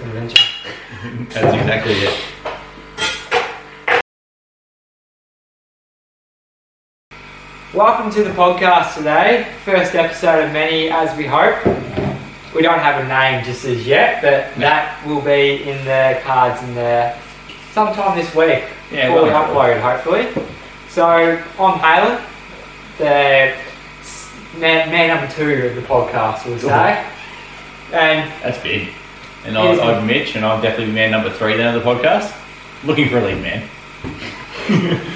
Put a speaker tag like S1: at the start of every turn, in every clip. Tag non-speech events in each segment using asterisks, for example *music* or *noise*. S1: Adventure.
S2: That's exactly it.
S1: Welcome to the podcast today. First episode of many, as we hope. We don't have a name just as yet, but
S2: No.
S1: that will be in the cards in the sometime this week
S2: Yeah,
S1: before we
S2: well,
S1: upload, hopefully. So I'm Halen, the s- man, man number two of the podcast, we'll say. And
S2: That's big. And I'll, I'm Mitch, and I'm definitely man number three then of the podcast. Looking for a lead man.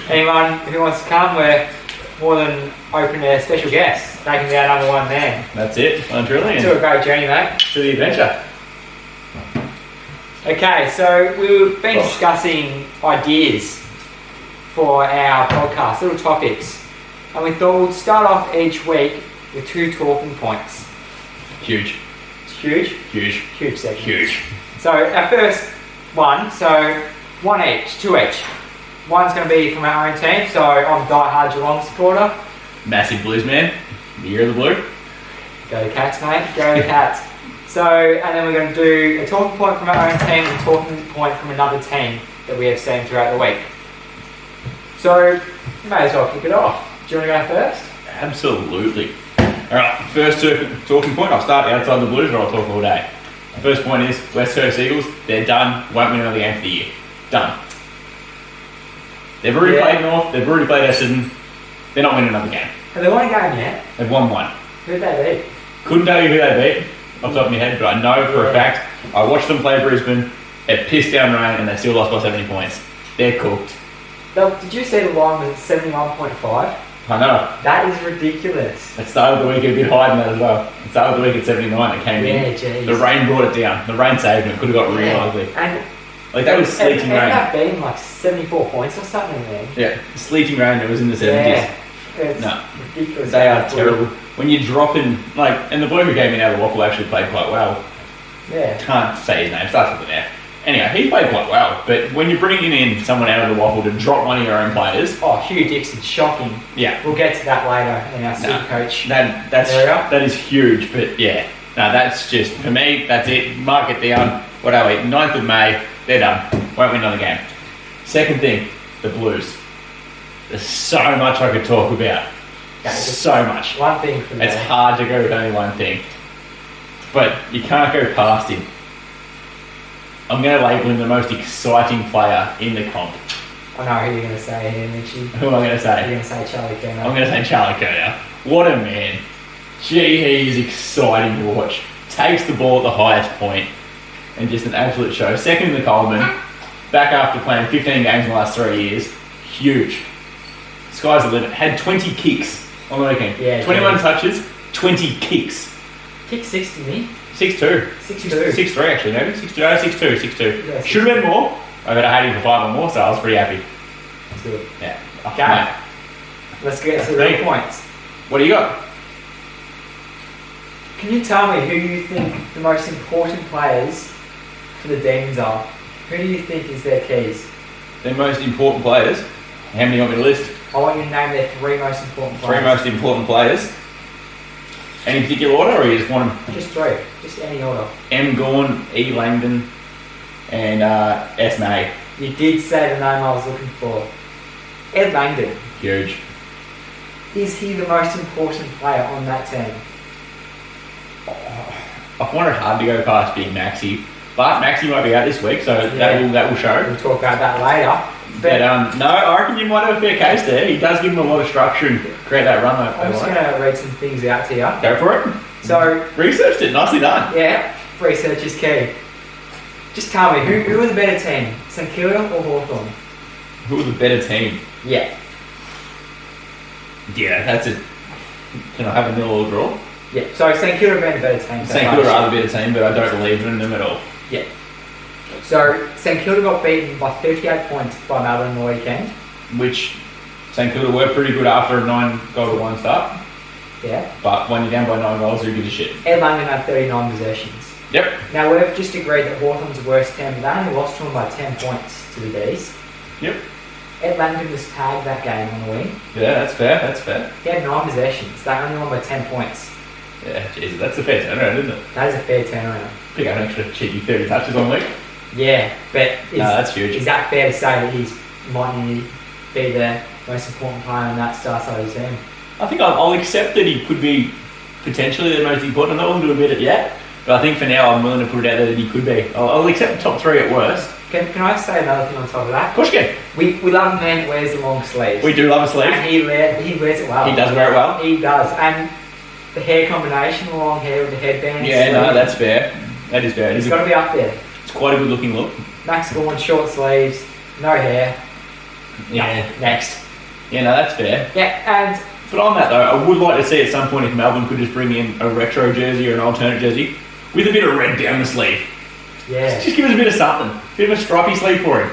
S1: anyone who wants to come, we're more than open to special guests, making be our number one man.
S2: That's it, well and truly,
S1: It's a
S2: and
S1: great journey, mate.
S2: to the adventure.
S1: Okay, so we've been discussing ideas for our podcast, little topics, and we thought we'd start off each week with two talking points.
S2: Huge,
S1: It's huge,
S2: huge,
S1: huge section.
S2: huge.
S1: So our first one, so one each, two each. One's going to be from our own team, so I'm Die Hard Geelong supporter.
S2: Massive blues man. The year of the blue.
S1: Go the Cats, mate. Go the Cats. So, and then we're going to do a talking point from our own team and a talking point from another team that we have seen throughout the week. So, you may as well kick it off. Do you want to go first?
S2: Absolutely. All right, first two talking point. I'll start outside the Blues, or I'll talk all day. First point is West Coast Eagles. They're done. Won't win another game for the year. Done. They've already
S1: Yeah.
S2: played North. They've already played Essendon. They're not winning another game.
S1: Have they won a game yet?
S2: They've won one.
S1: Who'd they
S2: Couldn't tell you who they beat off the top of my head, but I know for a fact. I watched them play Brisbane. It pissed down rain, and they still lost by 70 points. They're cooked.
S1: beat? Now, Did you see the line was 71.5?
S2: I know.
S1: That is ridiculous.
S2: It started the week a bit higher than that as well. It started the week at 79. It came in.
S1: Yeah, jeez.
S2: The rain brought it down. The rain saved them. It could have got real
S1: Yeah.
S2: ugly.
S1: And
S2: Like that was
S1: it
S2: sleeting
S1: ended *laughs*
S2: rain.
S1: up being like 74 points or something then.
S2: Yeah, sleeting rain. It was in the seventies.
S1: Yeah. It's
S2: No.
S1: ridiculous.
S2: They are terrible. When you're dropping, like, and the boy who came in out of Waffle actually played quite well.
S1: Yeah.
S2: Can't say his name. Starts with an F. Anyway, he played quite well. But when you're bringing in someone out of the Waffle to drop one of your own players,
S1: Oh, Hugh Dixon, shocking.
S2: yeah,
S1: We'll get to that later in our super
S2: No.
S1: coach.
S2: that that's
S1: There we are.
S2: that is huge. But yeah, no, that's just for me. That's it. Mark it down. What are we? 9th of May. They're done. Won't win another game. Second thing, the Blues. There's so much I could talk about.
S1: Yeah, just-
S2: So much.
S1: One thing from
S2: It's
S1: there.
S2: hard to go with only one thing. But you can't go past him. I'm going to label him the most exciting player in the comp. *laughs*
S1: I know who you're going to say here, Mitchy.
S2: Who am I going to
S1: You're
S2: say?
S1: going to say Charlie Kenner.
S2: I'm going to say Charlie Kerner. What a man. Gee, he is exciting to watch. Takes the ball at the highest point and just an absolute show. Second in the Coleman. Back after playing 15 games in the last three years. Huge. Sky's the limit. Had 20 kicks on the weekend.
S1: Yeah,
S2: 21
S1: yeah.
S2: touches, 20 kicks.
S1: Kick six to me.
S2: Six two.
S1: Six
S2: Six,
S1: two.
S2: six three actually, maybe. Six two. No, six two. Six two.
S1: Yeah, six
S2: Should have been more. I got a hating for five or more, so I was pretty happy.
S1: That's good.
S2: Yeah.
S1: Okay.
S2: Mate,
S1: Let's get to the
S2: Thank
S1: real
S2: you.
S1: points.
S2: what do you got?
S1: Can you tell me who you think the most important players for the Demons are? Who do you think is their keys?
S2: The most important players. How many you want me to list?
S1: I want you to name their three most important
S2: Three
S1: players.
S2: most important players. Any particular order, or you just want them?
S1: Just three. Just any order.
S2: M. Gorn, E. Langdon, and uh, S. May.
S1: You did say the name I was looking for. Ed Langdon.
S2: Huge.
S1: Is he the most important player on that team?
S2: I find it hard to go past being Maxi, but Maxi might be out this week, so
S1: Yeah.
S2: that will that will show.
S1: We'll talk about that later. But
S2: But um, no, I reckon you might have a fair case there. He does give them a lot of structure and create that run like
S1: I'm
S2: they
S1: just
S2: want.
S1: going to read some things out to you.
S2: Go for it.
S1: So,
S2: Researched it. Nicely done.
S1: yeah, research is key. Just tell me, who, who was the better team, St Kilda or Hawthorn?
S2: Who was the better team?
S1: Yeah.
S2: Yeah, that's it. Can I have a nil or draw?
S1: Yeah, so St Kilda being the better team. so
S2: St
S1: far.
S2: Kilda are the better team, but I don't believe in them at all.
S1: Yeah. So, St Kilda got beaten by 38 points by Melbourne on the weekend.
S2: Which St Kilda were pretty good after a nine goal to one start,
S1: Yeah.
S2: but when you're down by nine goals, who gives a shit?
S1: Ed Langdon had 39 possessions.
S2: Yep.
S1: Now, we've just agreed that Hawthorn's the worst team, but they only lost to them by 10 points to the Bees.
S2: Yep.
S1: Ed Langdon was tagged that game on the wing.
S2: Yeah, that's fair. That's fair.
S1: He had 9 possessions. They only won by 10 points.
S2: Yeah, Jesus, that's a fair turnaround, isn't it?
S1: That is a fair turnaround.
S2: pick up an extra cheeky 30 touches on week.
S1: Yeah, but is,
S2: No, that's huge.
S1: is that fair to say that he's might need be the most important player on that star side of the team?
S2: I think I'll, I'll accept that he could be potentially the most important. I'm not willing to admit it yet, but I think for now I'm willing to put it out there that he could be. I'll, I'll accept top three at worst.
S1: Can, can I say another thing on top of that?
S2: Koshke,
S1: We, we love a man that wears the long sleeves.
S2: we do love a sleeve.
S1: And he, wear, he wears it well.
S2: He does wear it well.
S1: He does. And the hair combination, the long hair with the headband.
S2: Yeah, no,
S1: sleeve,
S2: that's fair. That is fair. It
S1: It's
S2: is
S1: got
S2: a-
S1: to be up there.
S2: It's quite a good looking look.
S1: Max Gorn, short sleeves, no hair.
S2: Yeah,
S1: Next.
S2: yeah, no, that's fair.
S1: Yeah, and
S2: But on that though, I would like to see at some point if Melbourne could just bring in a retro jersey or an alternate jersey with a bit of red down the sleeve.
S1: yeah,
S2: Just give us a bit of something, a bit of a stripy sleeve for him.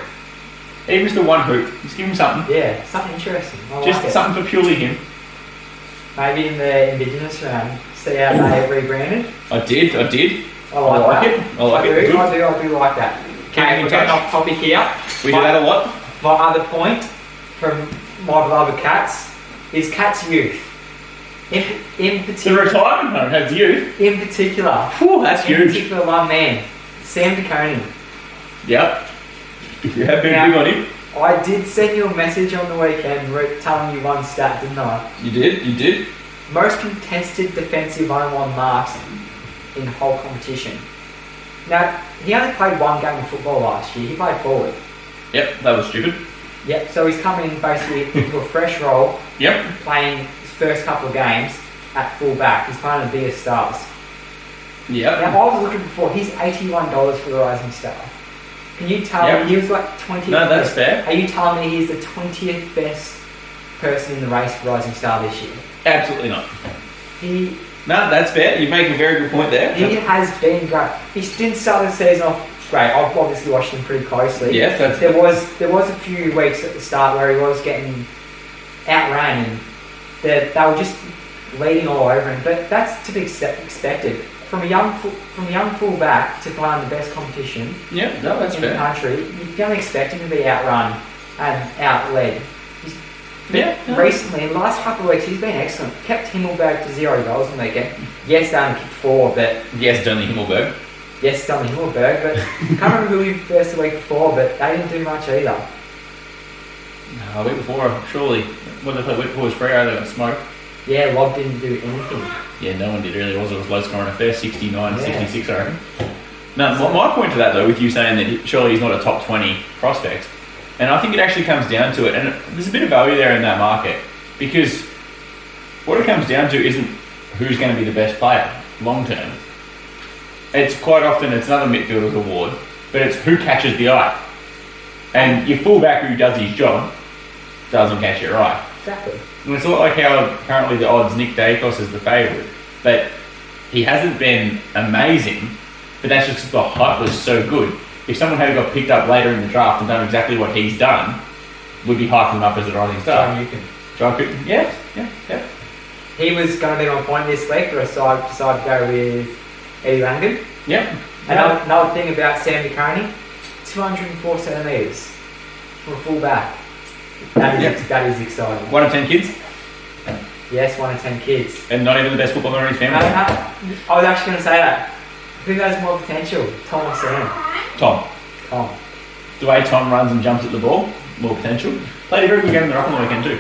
S2: Even just the one hoop, just give him something.
S1: yeah, something interesting. I
S2: Just
S1: like it.
S2: something for purely him.
S1: Maybe in the Indigenous round, see how they rebranded.
S2: I did, I did.
S1: I like,
S2: I like
S1: that.
S2: it. I like
S1: do,
S2: it. Good.
S1: I do, I do like that. Okay,
S2: in
S1: we're getting
S2: touch.
S1: off topic here.
S2: We do that a lot.
S1: My other point from my beloved Cats is Cats Youth. In, in,
S2: The
S1: particular,
S2: retirement home has youth.
S1: in particular,
S2: Whew, that's
S1: in *laughs*
S2: huge.
S1: particular, one man, Sam DeConey.
S2: Yep. You have been
S1: Yeah.
S2: big on him.
S1: I did send you a message on the weekend re- telling you one stat, didn't I?
S2: You did, you did.
S1: Most contested defensive on-one marks in whole competition. Now, he only played one game of football last year. He played forward.
S2: Yep, that was stupid.
S1: Yep, so he's coming in basically into a fresh role
S2: Yep.
S1: playing his first couple of games at full back. He's playing the biggest stars.
S2: Yep.
S1: Now I was looking before, he's eighty-one dollars for the Rising Star. Can you tell
S2: Yep.
S1: me he was like twenty?
S2: No, that's fair.
S1: Are you telling me he's the twentieth best person in the race for Rising Star this year?
S2: Absolutely not.
S1: He
S2: No, that's fair. You make a very good point there.
S1: he has been great. He did start the season off great. I've obviously watched him pretty closely.
S2: Yes, that's
S1: There was there was a few weeks at the start where he was getting outran and that they were just leading all over him. But that's to be expe- expected from a young fu- from a young fullback to play on the best competition
S2: Yeah, no, that's
S1: in the
S2: fair.
S1: country. You don't expect him to be outrun and outled.
S2: Yeah. no.
S1: Recently, in the last couple of weeks, he's been excellent. Kept Himmelberg to zero goals in the game. Yes, they only kicked four, but
S2: Yes, Donny Himmelberg.
S1: yes, Tommy Himmelberg. But can't remember who he first the week before, but they didn't do much either.
S2: No, a week before, surely. When they played week before was Freo, they got smoked.
S1: Yeah, Lob didn't do anything.
S2: Yeah, no one did really, was it? It was low scoring affair, 69,
S1: Yeah.
S2: 66, I reckon. Now, my, my point to that, though, with you saying that he- surely he's not a top 20 prospect, and I think it actually comes down to it, and it- there's a bit of value there in that market, because what it comes down to isn't who's going to be the best player long term. It's quite often it's another midfielder's award, but it's who catches the eye. And your fullback who does his job doesn't catch it right.
S1: Exactly.
S2: And it's a lot like how currently the odds Nick Dacos is the favourite, but he hasn't been amazing. But that's just 'cause the hype was so good. If someone had got picked up later in the draft and done exactly what he's done, we'd be hyping him up as a rising star.
S1: John Newcombe.
S2: John Cook, yeah, yeah, yeah.
S1: He was going to be on point this week, but I decided, decided to go with Eddie Langan.
S2: Yep.
S1: Another, another thing about Sam DeConey, 204 centimetres for a full back. That is,
S2: Yep.
S1: that is exciting.
S2: One of ten kids,
S1: Yes, one in 10 kids.
S2: and not even the best footballer in his
S1: And
S2: family.
S1: I, I was actually going to say that. Who has more potential, Tom or Sam?
S2: Tom.
S1: Tom.
S2: The way Tom runs and jumps at the ball, more potential. Played a very good game in the rock on the weekend too.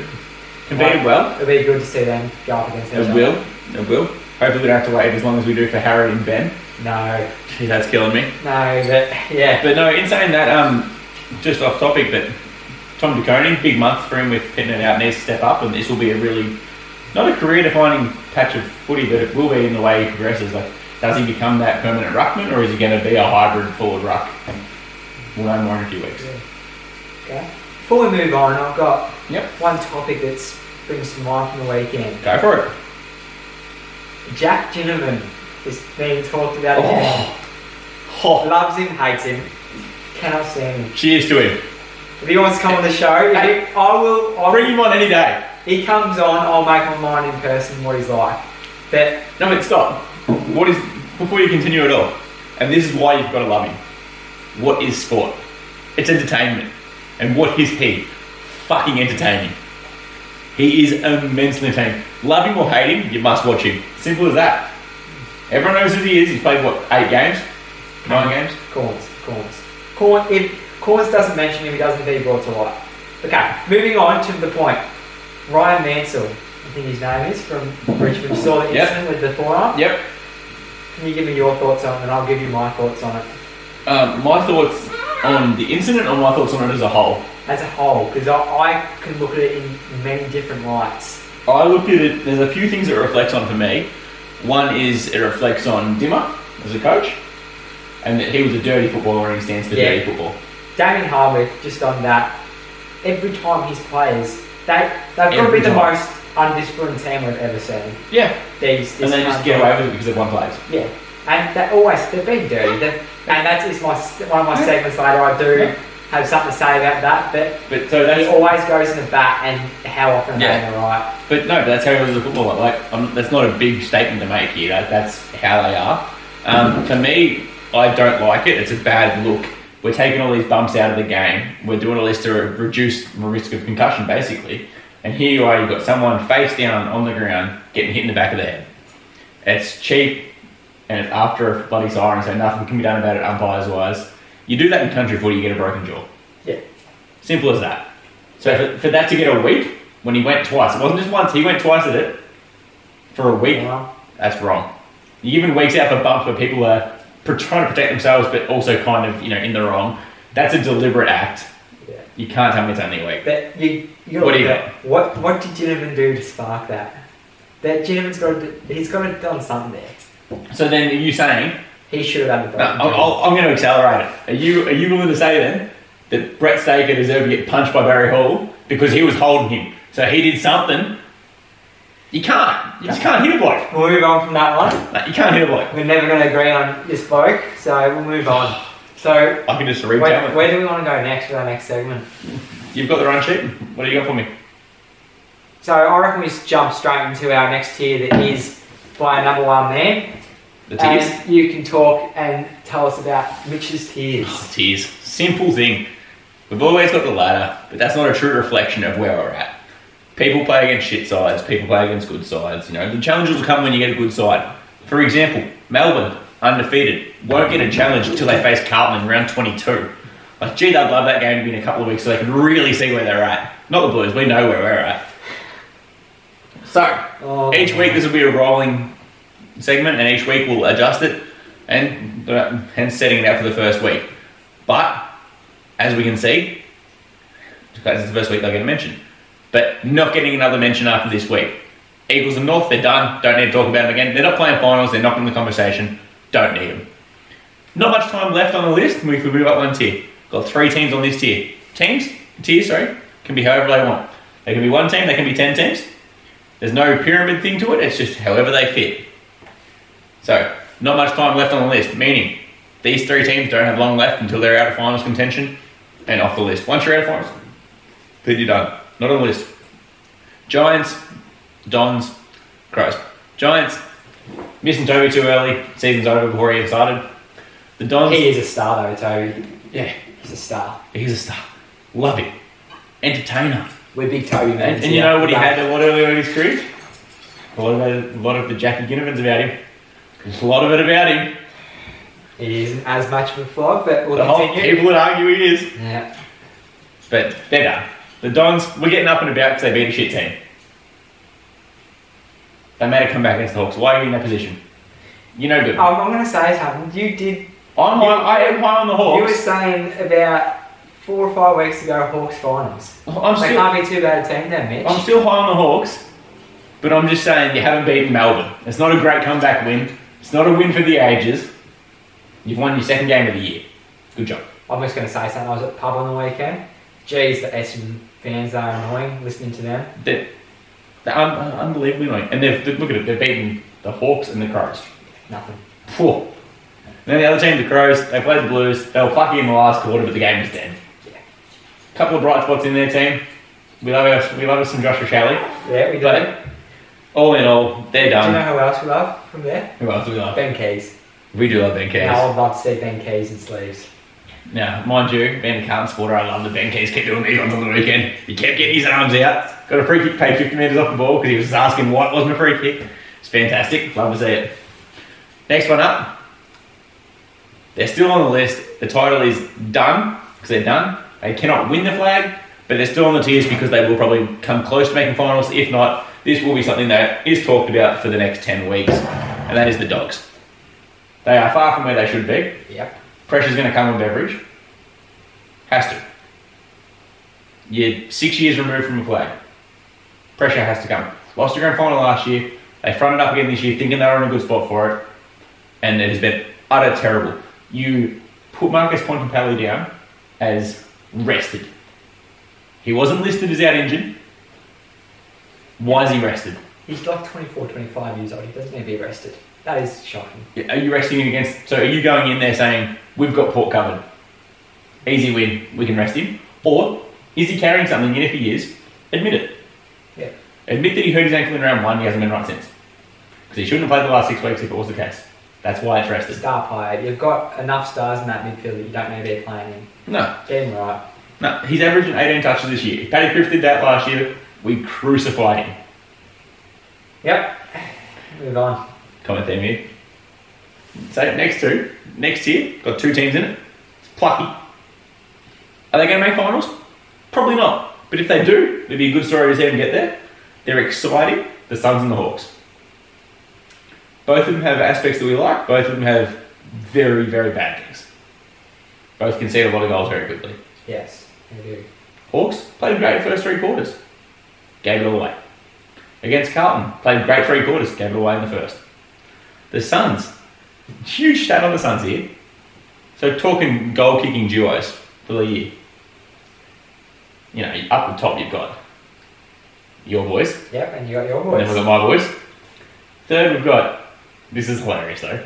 S2: Competed well.
S1: It'll be good to see them go up against each
S2: It
S1: other.
S2: will. It will. Hopefully we don't have to wait as long as we do for Harry and Ben.
S1: No,
S2: Gee, that's killing me.
S1: no, but yeah.
S2: But no, in saying that, um, just off topic, but Tom DeConing, big month for him with pitting it out, needs to step up, and this will be a really, not a career defining patch of footy, but it will be in the way he progresses. Like, does he become that permanent ruckman, or is he going to be a hybrid forward ruck? We'll know more in a few weeks.
S1: Okay. Before we move on, I've got
S2: Yep,
S1: one topic that springs to mind from the weekend.
S2: go for it.
S1: Jack Ginnivan is being talked about again.
S2: Oh. Oh,
S1: Loves him, hates him. Cannot stand him.
S2: cheers to him.
S1: If he wants to come on the show, if he- I will. I
S2: Bring
S1: will
S2: him on any day.
S1: he comes on, I'll make my mind in person what he's like. But
S2: No, but stop. What is before you continue at all? And this is why you've got to love him. What is sport? It's entertainment. And what is he? Fucking entertaining. He is immensely entertaining. Love him or hate him, you must watch him. Simple as that. Everyone knows who he is. He's played what eight games. Nine games?
S1: Corns, corns. Corn, if Corns doesn't mention him, he doesn't think he brought to light. Okay, moving on to the point. Ryan Mansell, I think his name is, from Richmond, saw the
S2: Yep.
S1: incident with the forearm.
S2: Yep.
S1: Can you give me your thoughts on it, and I'll give you my thoughts on it
S2: Um, my thoughts on the incident or my thoughts on it as a whole?
S1: as a whole, because I, I can look at it in many different lights.
S2: I look at it, there's a few things that it reflects on for me. One is it reflects on Dimmer as a coach, and that he was a dirty footballer and he stands for
S1: Yeah.
S2: dirty football.
S1: Damien Hardwick, just on that, every time his players, they, they've got to be
S2: Every
S1: the
S2: time.
S1: most undisciplined team we've ever seen.
S2: Yeah,
S1: These, this
S2: and they just
S1: can't
S2: get
S1: go.
S2: away with it because they've won plays.
S1: Yeah, and they always they've been dirty. They've, and that is my one of my segments later. I do have something to say about that, but
S2: But so
S1: he
S2: that's
S1: always goes in the bat and how often
S2: Yeah.
S1: they're in the right.
S2: But no, that's how he was as a footballer. Like, um, that's not a big statement to make here. That, that's how they are. Um, to me, I don't like it. It's a bad look. We're taking all these bumps out of the game. We're doing all this to reduce risk of concussion, basically. And here you are, you've got someone face down on the ground getting hit in the back of the head. It's cheap, and it's after a bloody siren, so nothing can be done about it umpires-wise. You do that in country footy, you get a broken jaw.
S1: Yeah,
S2: Simple as that. So for, for that to get a week when he went twice, it wasn't just once, he went twice at it for a week,
S1: Wow.
S2: that's wrong. You're giving weeks out for bumps where people are pr- trying to protect themselves but also kind of, you know, in the wrong. That's a deliberate act.
S1: yeah.
S2: You can't tell me it's only a week.
S1: But you, you
S2: What
S1: look
S2: do you
S1: at- What what did Gentleman do to spark that? That Gentleman's got to, he's got to have done something there.
S2: So then are you saying,
S1: He should have had the
S2: no,
S1: broken
S2: I'll,
S1: jaw.
S2: I'll, I'm going to accelerate it. Are you, are you willing to say then that Brett Staker deserved to get punched by Barry Hall because he was holding him? So he did something. You can't. You just can't hit a bloke.
S1: We'll move on from that one.
S2: Like, you can't hit a bloke.
S1: We're never going to agree on this bloke, so we'll move on. So
S2: I can just read
S1: where,
S2: down it.
S1: where do we want to go next for our next segment?
S2: You've got the run sheet. What do you got for me?
S1: So I reckon we just jump straight into our next tier that is by a number one man.
S2: The tears.
S1: And you can talk and tell us about Mitch's tears.
S2: tears. Oh, Simple thing. We've always got the ladder, but that's not a true reflection of where we're at. People play against shit sides. People play against good sides. You know the challenges will come when you get a good side. For example, Melbourne undefeated won't get a challenge until they face Carlton in round 22. Like, gee, they'd love that game to be in a couple of weeks so they can really see where they're at. Not the Blues. We know where we're at. So
S1: Oh,
S2: *sighs* Each week this will be a rolling segment, and each week we'll adjust it and and setting it out for the first week. But as we can see, because it's the first week they'll get a mention, but not getting another mention after this week. Eagles and North, they're done. Don't need to talk about them again. They're not playing finals. They're not in the conversation. Don't need them. Not much time left on the list. We can move up one tier. Got three teams on this tier. Teams, tiers, sorry, can be however they want. They can be one team. They can be ten teams. There's no pyramid thing to it, it's just however they fit. So, not much time left on the list, meaning these three teams don't have long left until they're out of finals contention and off the list. Once you're out of finals, then you're done. Not on the list. Giants, Dons, Crows. Giants, missing Toby too early, season's over before he even started. The Dons,
S1: Oh, He is a star though, Toby.
S2: yeah,
S1: He's a star.
S2: he's a star. Love it. Entertainer.
S1: We're big Toby
S2: And,
S1: fans.
S2: and you know what he had a lot earlier in his career? A lot of, a lot of the Jackie Ginnivans about him. There's a lot of it about him.
S1: He isn't as much of a flog, but we'll
S2: The whole
S1: continue.
S2: people would argue he is.
S1: Yeah.
S2: But they're done. The Dons, we're getting up and about because they beat a shit team. They made a comeback against the Hawks. Why are you in that position? You're no good.
S1: Oh, I'm going to say something. You did.
S2: I'm high, I am high on the
S1: You were
S2: Hawks.
S1: saying about four or five weeks ago, Hawks finals.
S2: I'm
S1: They
S2: still,
S1: can't be too bad a team then, Mitch.
S2: I'm still high on the Hawks, but I'm just saying you haven't beaten Melbourne. It's not a great comeback win. It's not a win for the ages. You've won your second game of the year. Good job.
S1: I'm just going to say something. I was at the pub on the weekend. Geez, the Essendon fans are annoying listening to them.
S2: They're, they're un- un- unbelievably annoying. And they've, they- look at it, they've beaten the Hawks and the Crows.
S1: Nothing.
S2: Phew. And then the other team, the Crows, they played the Blues. They were plucky in the last quarter, but the game was dead.
S1: Yeah.
S2: couple of bright spots in their team. We love us, we love us some Joshua Shalley.
S1: Yeah, we do.
S2: But all in all, they're
S1: Do you know
S2: done.
S1: who else we love from there?
S2: Who else do we love?
S1: Ben Keys.
S2: We do love Ben Keys.
S1: Now I would love to see Ben Keys in sleeves.
S2: Now, mind you, being a Carlton supporter, I love that Ben Keys kept doing these ones on the weekend. He kept getting his arms out. Got a free kick, paid 50 metres off the ball because he was asking why it wasn't a free kick. It's fantastic. Love to see it. Next one up. They're still on the list. The title is done because they're done. They cannot win the flag, but they're still on the tiers because they will probably come close to making finals. If not, this will be something that is talked about for the next 10 weeks, and that is the dogs. They are far from where they should be.
S1: Yep.
S2: Pressure's going to come on Beveridge. Has to. You're six years removed from a flag. Pressure has to come. Lost the grand final last year. They fronted up again this year, thinking they were in a good spot for it, and it has been utter terrible. You put Marcus Pontempelli down as rested. He wasn't listed as out injured. Why is he rested?
S1: He's like 24, 25 years old. He doesn't need to be arrested. That is shocking.
S2: Are you resting him against? So are you going in there saying we've got Port covered, easy win, we can rest him, or is he carrying something? And if he is, admit it.
S1: Yeah.
S2: Admit that he hurt his ankle in round one. He hasn't been right since because he shouldn't have played the last six weeks if it was the case. That's why it's rested.
S1: Star player. You've got enough stars in that midfield that you don't need to be playing him.
S2: No,
S1: Get him right.
S2: no. He's averaging 18 touches this year. If Paddy Cripps did that last year, we crucified him.
S1: Yep. *sighs* Move on.
S2: Comment theme here. So next two, next year, got two teams in it. It's plucky. Are they going to make finals? Probably not. But if they do, it'd be a good story to see them get there. They're exciting. The Suns and the Hawks. Both of them have aspects that we like. Both of them have very, very bad things. Both concede a lot of goals very quickly.
S1: Yes. We do.
S2: Hawks played great first three quarters, gave it all away. Against Carlton, played great three quarters, gave it away in the first. The Suns, huge stat on the Suns here. So talking goal kicking duos for the year. You know, up the top you've got your voice,
S1: Yep, and you got your
S2: and then
S1: voice.
S2: we've got my voice. Third, we've got this is hilarious though.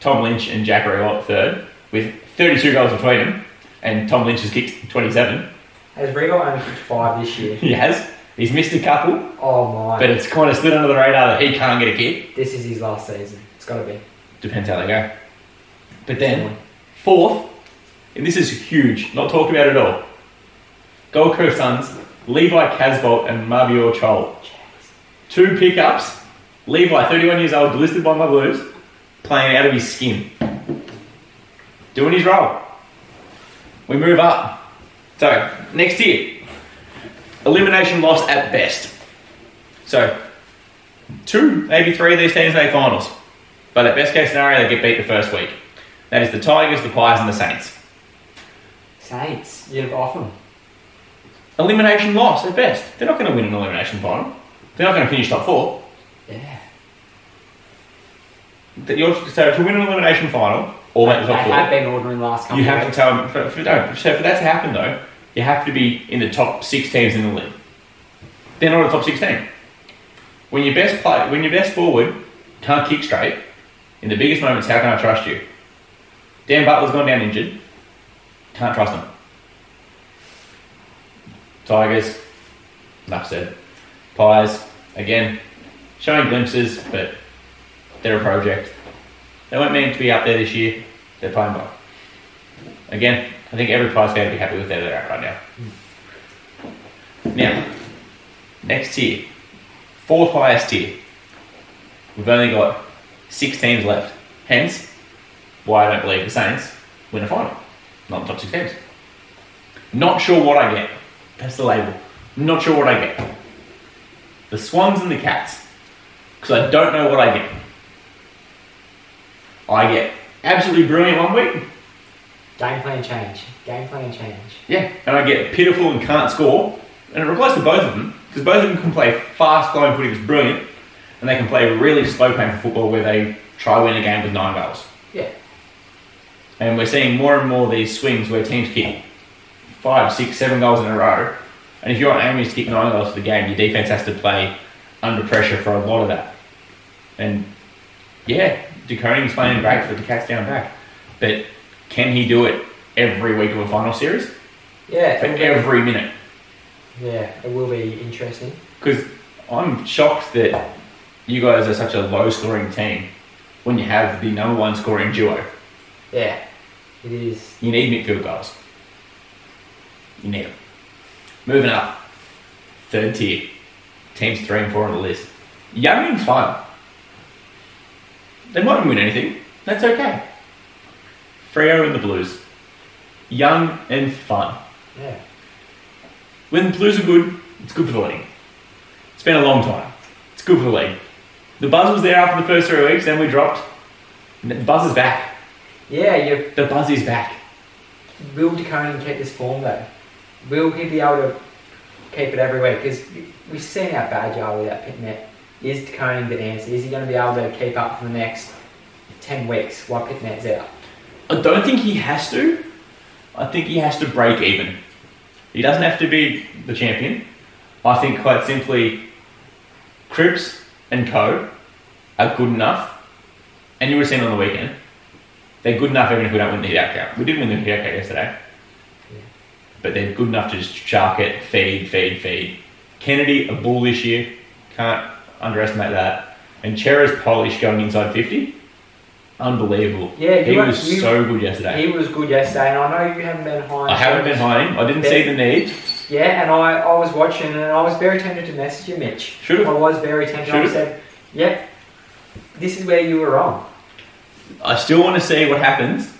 S2: Tom Lynch and Jack Rewalt third, with 32 goals between them, and Tom Lynch has kicked 27.
S1: Has Regal only kicked five this year?
S2: He has. He's missed a couple,
S1: Oh my.
S2: but it's kind of slid under the radar that he can't get a kick.
S1: This is his last season. It's got to be.
S2: Depends how they go. But then, fourth, and this is huge, not talked about at all. Gold Coast Suns, Levi Casbolt and Marvior Chol. Two pickups. Levi, 31 years old, listed by my Blues, playing out of his skin. Doing his role. We move up. So, next year. Elimination loss at best. So, two, maybe three of these teams make finals. But at best case scenario, they get beat the first week. That is the Tigers, the Pies, and the Saints.
S1: Saints. You'd have often.
S2: Elimination loss at best. They're not going to win an elimination final. They're not going to finish top four.
S1: Yeah.
S2: That you're, so to win an elimination final or make the
S1: they
S2: top four,
S1: have been ordering last couple
S2: you
S1: of
S2: have to
S1: weeks.
S2: tell them. For, for, no, so for that to happen though, you have to be in the top six teams in the league. They're not a top six team. When your best play, when your best forward can't kick straight, in the biggest moments, how can I trust you? Dan Butler's gone down injured. Can't trust him. Tigers, enough said. Pies, again, showing glimpses, but they're a project. They weren't meant to be up there this year. They're playing well. Again, I think every pie's going to be happy with where they're at right now. Now, next tier, fourth highest tier. We've only got six teams left. Hence, why I don't believe the Saints win a final. Not the top six teams. Not sure what I get. That's the label. Not sure what I get. The Swans and the Cats. Because I don't know what I get. I get absolutely brilliant one week.
S1: Game plan change. Game plan change.
S2: Yeah. And I get pitiful and can't score. And it applies to both of them. Because both of them can play fast flowing footy that's brilliant. And they can play really slow painful football where they try win a game with nine goals.
S1: Yeah.
S2: And we're seeing more and more of these swings where teams kick five, six, seven goals in a row. And if you're on aiming to kick nine goals for the game, your defense has to play under pressure for a lot of that. And yeah, DeConing's playing great for the Cats down back. But can he do it every week of a final series?
S1: Yeah.
S2: For every minute?
S1: Yeah. It will be interesting.
S2: Because I'm shocked that you guys are such a low scoring team when you have the number one scoring duo.
S1: Yeah. It is.
S2: You need midfield goals. You need them. Moving up, third tier, teams three and four on the list. Young and fun. They might not win anything. That's okay. Freo and the Blues. Young and fun.
S1: Yeah.
S2: When the Blues are good, it's good for the league. It's been a long time. It's good for the league. The buzz was there after the first three weeks, then we dropped. And the buzz is back.
S1: Yeah, you
S2: The buzz is back.
S1: will DeConing keep this form though? Will he be able to keep it every week? Because we've seen how bad you are with that pit net. Is DeConing the answer? Is he going to be able to keep up for the next 10 weeks while pit net's out?
S2: I don't think he has to. I think he has to break even. He doesn't have to be the champion. I think quite simply, Cripps and Co. are good enough, and you were seen on the weekend. They're good enough even if we don't win the Hideout Cup. We did win the Hideout Cup yesterday, but they're good enough to just shark it, feed, feed, feed. Kennedy a bull this year. Can't underestimate that. And Chera's polish going inside fifty. Unbelievable.
S1: Yeah, you
S2: he
S1: won't-
S2: was
S1: you-
S2: so good yesterday.
S1: He was good yesterday, and I know you haven't been high.
S2: I haven't been hiding. I didn't see the need.
S1: Yeah, and I, I was watching, and I was very tempted to message you, Mitch.
S2: Should've.
S1: I was very tempted. I
S2: Should've.
S1: said, "Yep, this is where you were wrong."
S2: I still want to see what happens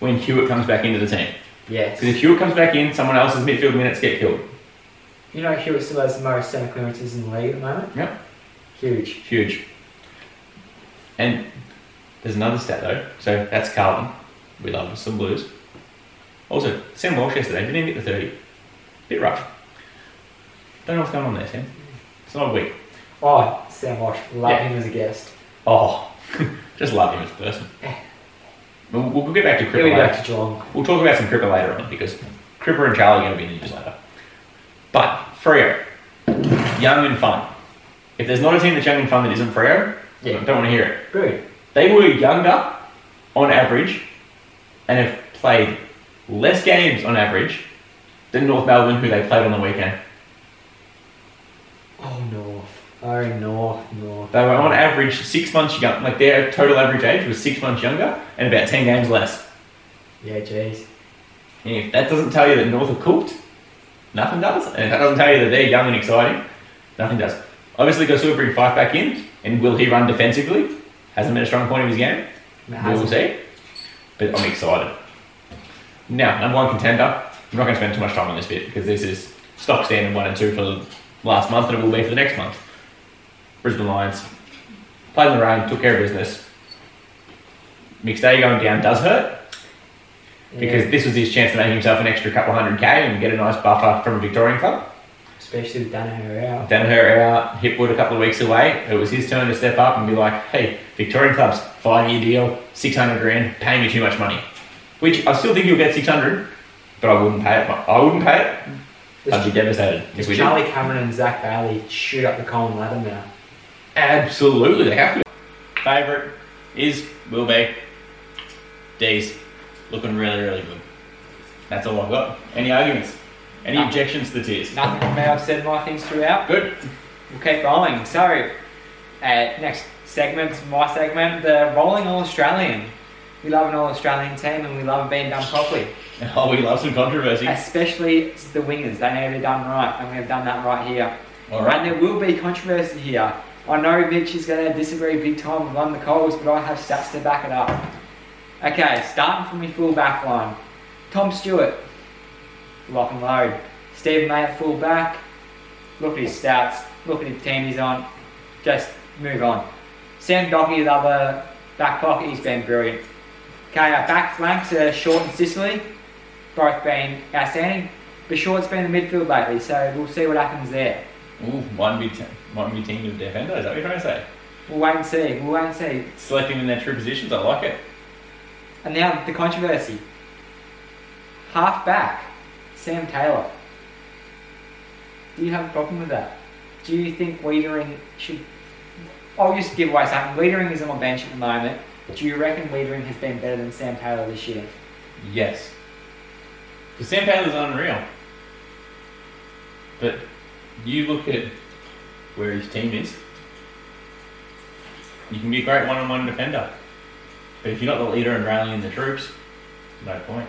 S2: when Hewitt comes back into the team.
S1: Yes.
S2: Because if Hewitt comes back in, someone else's midfield minutes get killed.
S1: You know, Hewitt still has the most centre clearances in the league at the moment.
S2: Yep.
S1: Huge.
S2: Huge. And there's another stat though. So that's Carlton. We love us some Blues. Also, Sam Walsh yesterday didn't even get the 30. Bit rough. Don't know what's going on there, Sam. It's not a week.
S1: Oh, Sam Walsh, love
S2: Yeah.
S1: him as a guest.
S2: Oh, *laughs* just love him as a person.
S1: Eh.
S2: We'll, we'll get back to
S1: He'll
S2: cricket
S1: be
S2: later.
S1: back to Geelong.
S2: We'll talk about some Cripper later on because Cripper and Charlie are going to be in the newsletter. But Freo, young and fun. If there's not a team that's young and fun that isn't Freo,
S1: Yeah.
S2: I don't want to hear it.
S1: Good.
S2: They were younger on average and have played less games on average than North Melbourne, who they played on the weekend.
S1: Oh North. Oh North, North.
S2: They were on average six months young, like their total average age was six months younger and about 10 games less.
S1: Yeah, jeez.
S2: And if that doesn't tell you that North are cooked, nothing does. And if that doesn't tell you that they're young and exciting, nothing does. Obviously, Gosua bring five back in, and will he run defensively? Hasn't been a strong point of his game.
S1: It
S2: We'll
S1: hasn't-
S2: see. But I'm excited. Now, number one contender. I'm not going to spend too much time on this bit because this is stock standard one and two for the last month, and it will be for the next month. Brisbane Lions played in the rain, took care of business. Mixday going down does hurt
S1: yeah,
S2: because this was his chance to make himself an extra couple hundred K and get a nice buffer from a Victorian club.
S1: especially with Danaher out.
S2: Danaher out, Hipwood a couple of weeks away. It was his turn to step up and be like, hey, Victorian clubs, five year deal, 600 grand, pay me too much money. Which I still think he'll get 600, but I wouldn't pay it. I wouldn't pay it. I'd be devastated if we did.
S1: Charlie Cameron and Zach Bailey shoot up the Colin ladder now.
S2: Absolutely, they have to. Favourite is, will be, D's. Looking really, really good. That's all I've got. Any arguments? Any
S1: No.
S2: objections to the tears?
S1: Nothing from me. I've said my things throughout.
S2: Good.
S1: We'll keep rolling. So, uh, next segment, my segment, the rolling All Australian. We love an All Australian team and we love it being done properly.
S2: *laughs* Oh, we love some controversy.
S1: Especially the wingers, they need to be done right, and we have done that right here.
S2: All right.
S1: And there will be controversy here. I know Mitch is going to disagree big time with Lon the Coles, but I have stats to back it up. Okay, starting from my full back line Tom Stewart, lock and load. Stephen May at full back. Look at his stats. Look at the team he's on. Just move on. Sam Doggy, the other back pocket, he's been brilliant. Okay, our back flanks are Short and Sicily, both been outstanding. But Short's been in the midfield lately, so we'll see what happens there.
S2: Ooh, one be, t- one be team of defender, is that what you're trying to say?
S1: We'll wait and see. We'll wait and see.
S2: Select them in their true positions, I like it.
S1: And now the controversy. Half back, Sam Taylor. Do you have a problem with that? Do you think Wiedering should? I'll just give away something. Wiedering is on my bench at the moment. Do you reckon Wiedering has been better than Sam Taylor this year?
S2: Yes. Because Sam Taylor's unreal. But you look at where his team is, you can be a great one on one defender. But if you're not the leader and rallying the troops, no point.